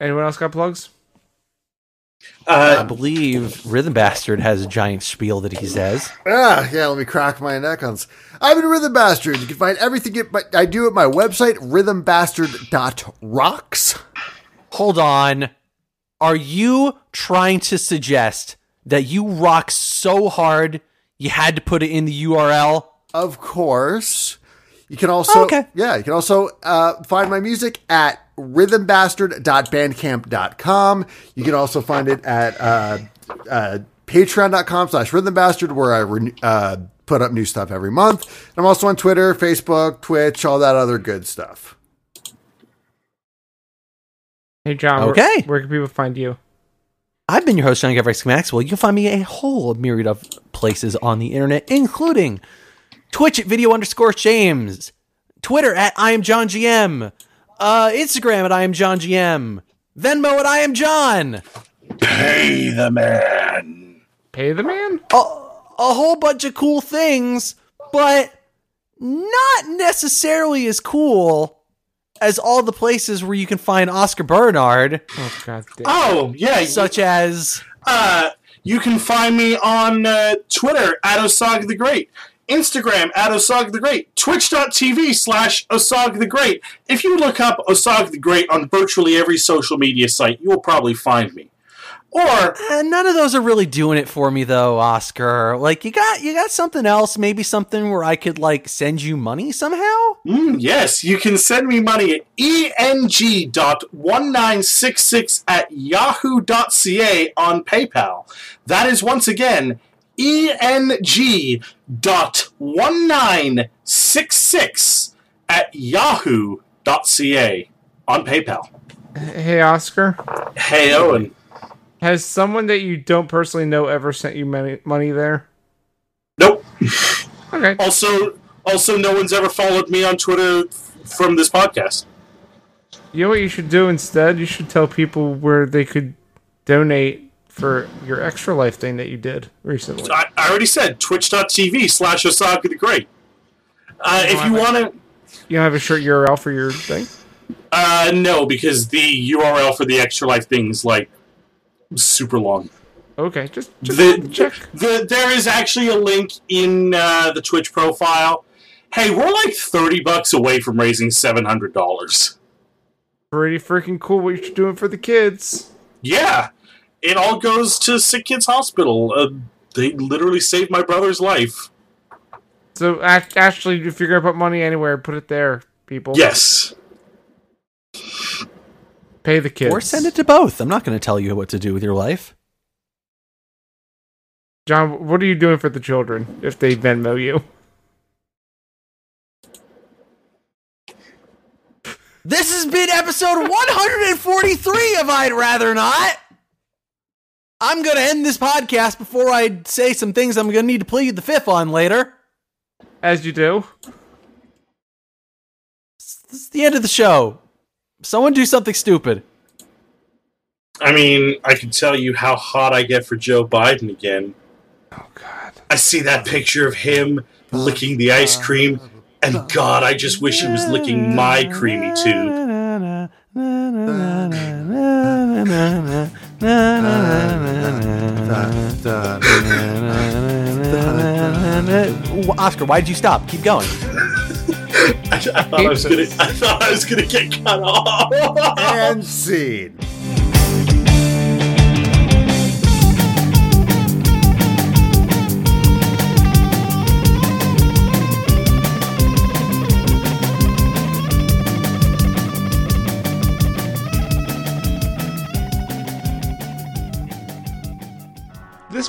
Speaker 4: Anyone else got plugs?
Speaker 2: I
Speaker 1: Uh,
Speaker 2: believe Rhythm Bastard has a giant spiel that he says.
Speaker 5: Ah, yeah, let me crack my neck on this. I've been Rhythm Bastard. You can find everything at my, I do at my website, rhythmbastard.rocks.
Speaker 2: Hold on. Are you trying to suggest that you rock so hard you had to put it in the URL?
Speaker 5: Of course. You can also,
Speaker 2: Oh, okay.
Speaker 5: yeah, you can also uh, find my music at rhythmbastard.bandcamp.com. You can also find it at uh, uh, patreon.com slash rhythmbastard, where I re- uh, put up new stuff every month. And I'm also on Twitter, Facebook, Twitch, all that other good stuff.
Speaker 4: Hey, John. where-
Speaker 2: Okay.
Speaker 4: Where, can people find you?
Speaker 2: I've been your host, John Gavrex Maxwell. You can find me a whole myriad of places on the internet, including Twitch at video underscore James, Twitter at I am John GM, uh, Instagram at I am John GM, Venmo at I am John.
Speaker 1: pay the man.
Speaker 4: Pay the man.
Speaker 2: a whole bunch of cool things, but not necessarily as cool as all the places where you can find Oscar Bernard,
Speaker 4: Oh God damn.
Speaker 1: Oh, yeah.
Speaker 2: such as
Speaker 1: Uh, you can find me on uh, Twitter at Osog the Great, Instagram at Osog the Great, twitch.tv slash Osog the Great. If you look up Osog the Great on virtually every social media site, you will probably find me. Or
Speaker 2: eh, none of those are really doing it for me though, Oscar. Like you got you got something else, maybe something where I could like send you money somehow?
Speaker 1: Mm, yes, you can send me money at eng.1966 at yahoo.ca on PayPal. That is once again eng.1966 at yahoo.ca on PayPal. Mm.
Speaker 4: Hey, Oscar.
Speaker 1: Hey, Owen.
Speaker 4: Has someone that you don't personally know ever sent you money money there?
Speaker 1: Nope.
Speaker 4: Okay.
Speaker 1: Also, Also, no one's ever followed me on Twitter f- from this podcast.
Speaker 4: You know what you should do instead? You should tell people where they could donate for your extra life thing that you did recently.
Speaker 1: I, I already said twitch.tv slash Osaka the Great. Uh, if you want to.
Speaker 4: You don't have a short URL for your thing?
Speaker 1: Uh, no, because the URL for the extra life thing is like super long.
Speaker 4: Okay, just, just
Speaker 1: The-
Speaker 4: check.
Speaker 1: The, there is actually a link in uh, the Twitch profile. Hey, we're like 30 bucks away from raising $700.
Speaker 4: Pretty freaking cool what you're doing for the kids.
Speaker 1: Yeah, it all goes to Sick Kids Hospital. Uh, they literally saved my brother's life.
Speaker 4: So act- actually, if you're gonna put money anywhere, put it there, people.
Speaker 1: Yes.
Speaker 4: Pay the kids
Speaker 2: Or send it to both. I'm not going to tell you what to do with your life.
Speaker 4: John, what are you doing for the children if they Venmo you?
Speaker 2: This has been episode 143 of I'd Rather Not. I'm going to end this podcast before I say some things I'm going to need to plead the fifth on later.
Speaker 4: As you do.
Speaker 2: This is the end of the show. Someone do something stupid.
Speaker 1: I mean, I can tell you how hot I get for Joe Biden again.
Speaker 4: Oh God.
Speaker 1: I see that picture of him licking the ice cream, and God, I just wish he was licking my creamy tube.
Speaker 2: Oscar, why did you stop? Keep going.
Speaker 1: I, I thought I was gonna. I thought I was gonna get cut off.
Speaker 5: and scene.
Speaker 4: This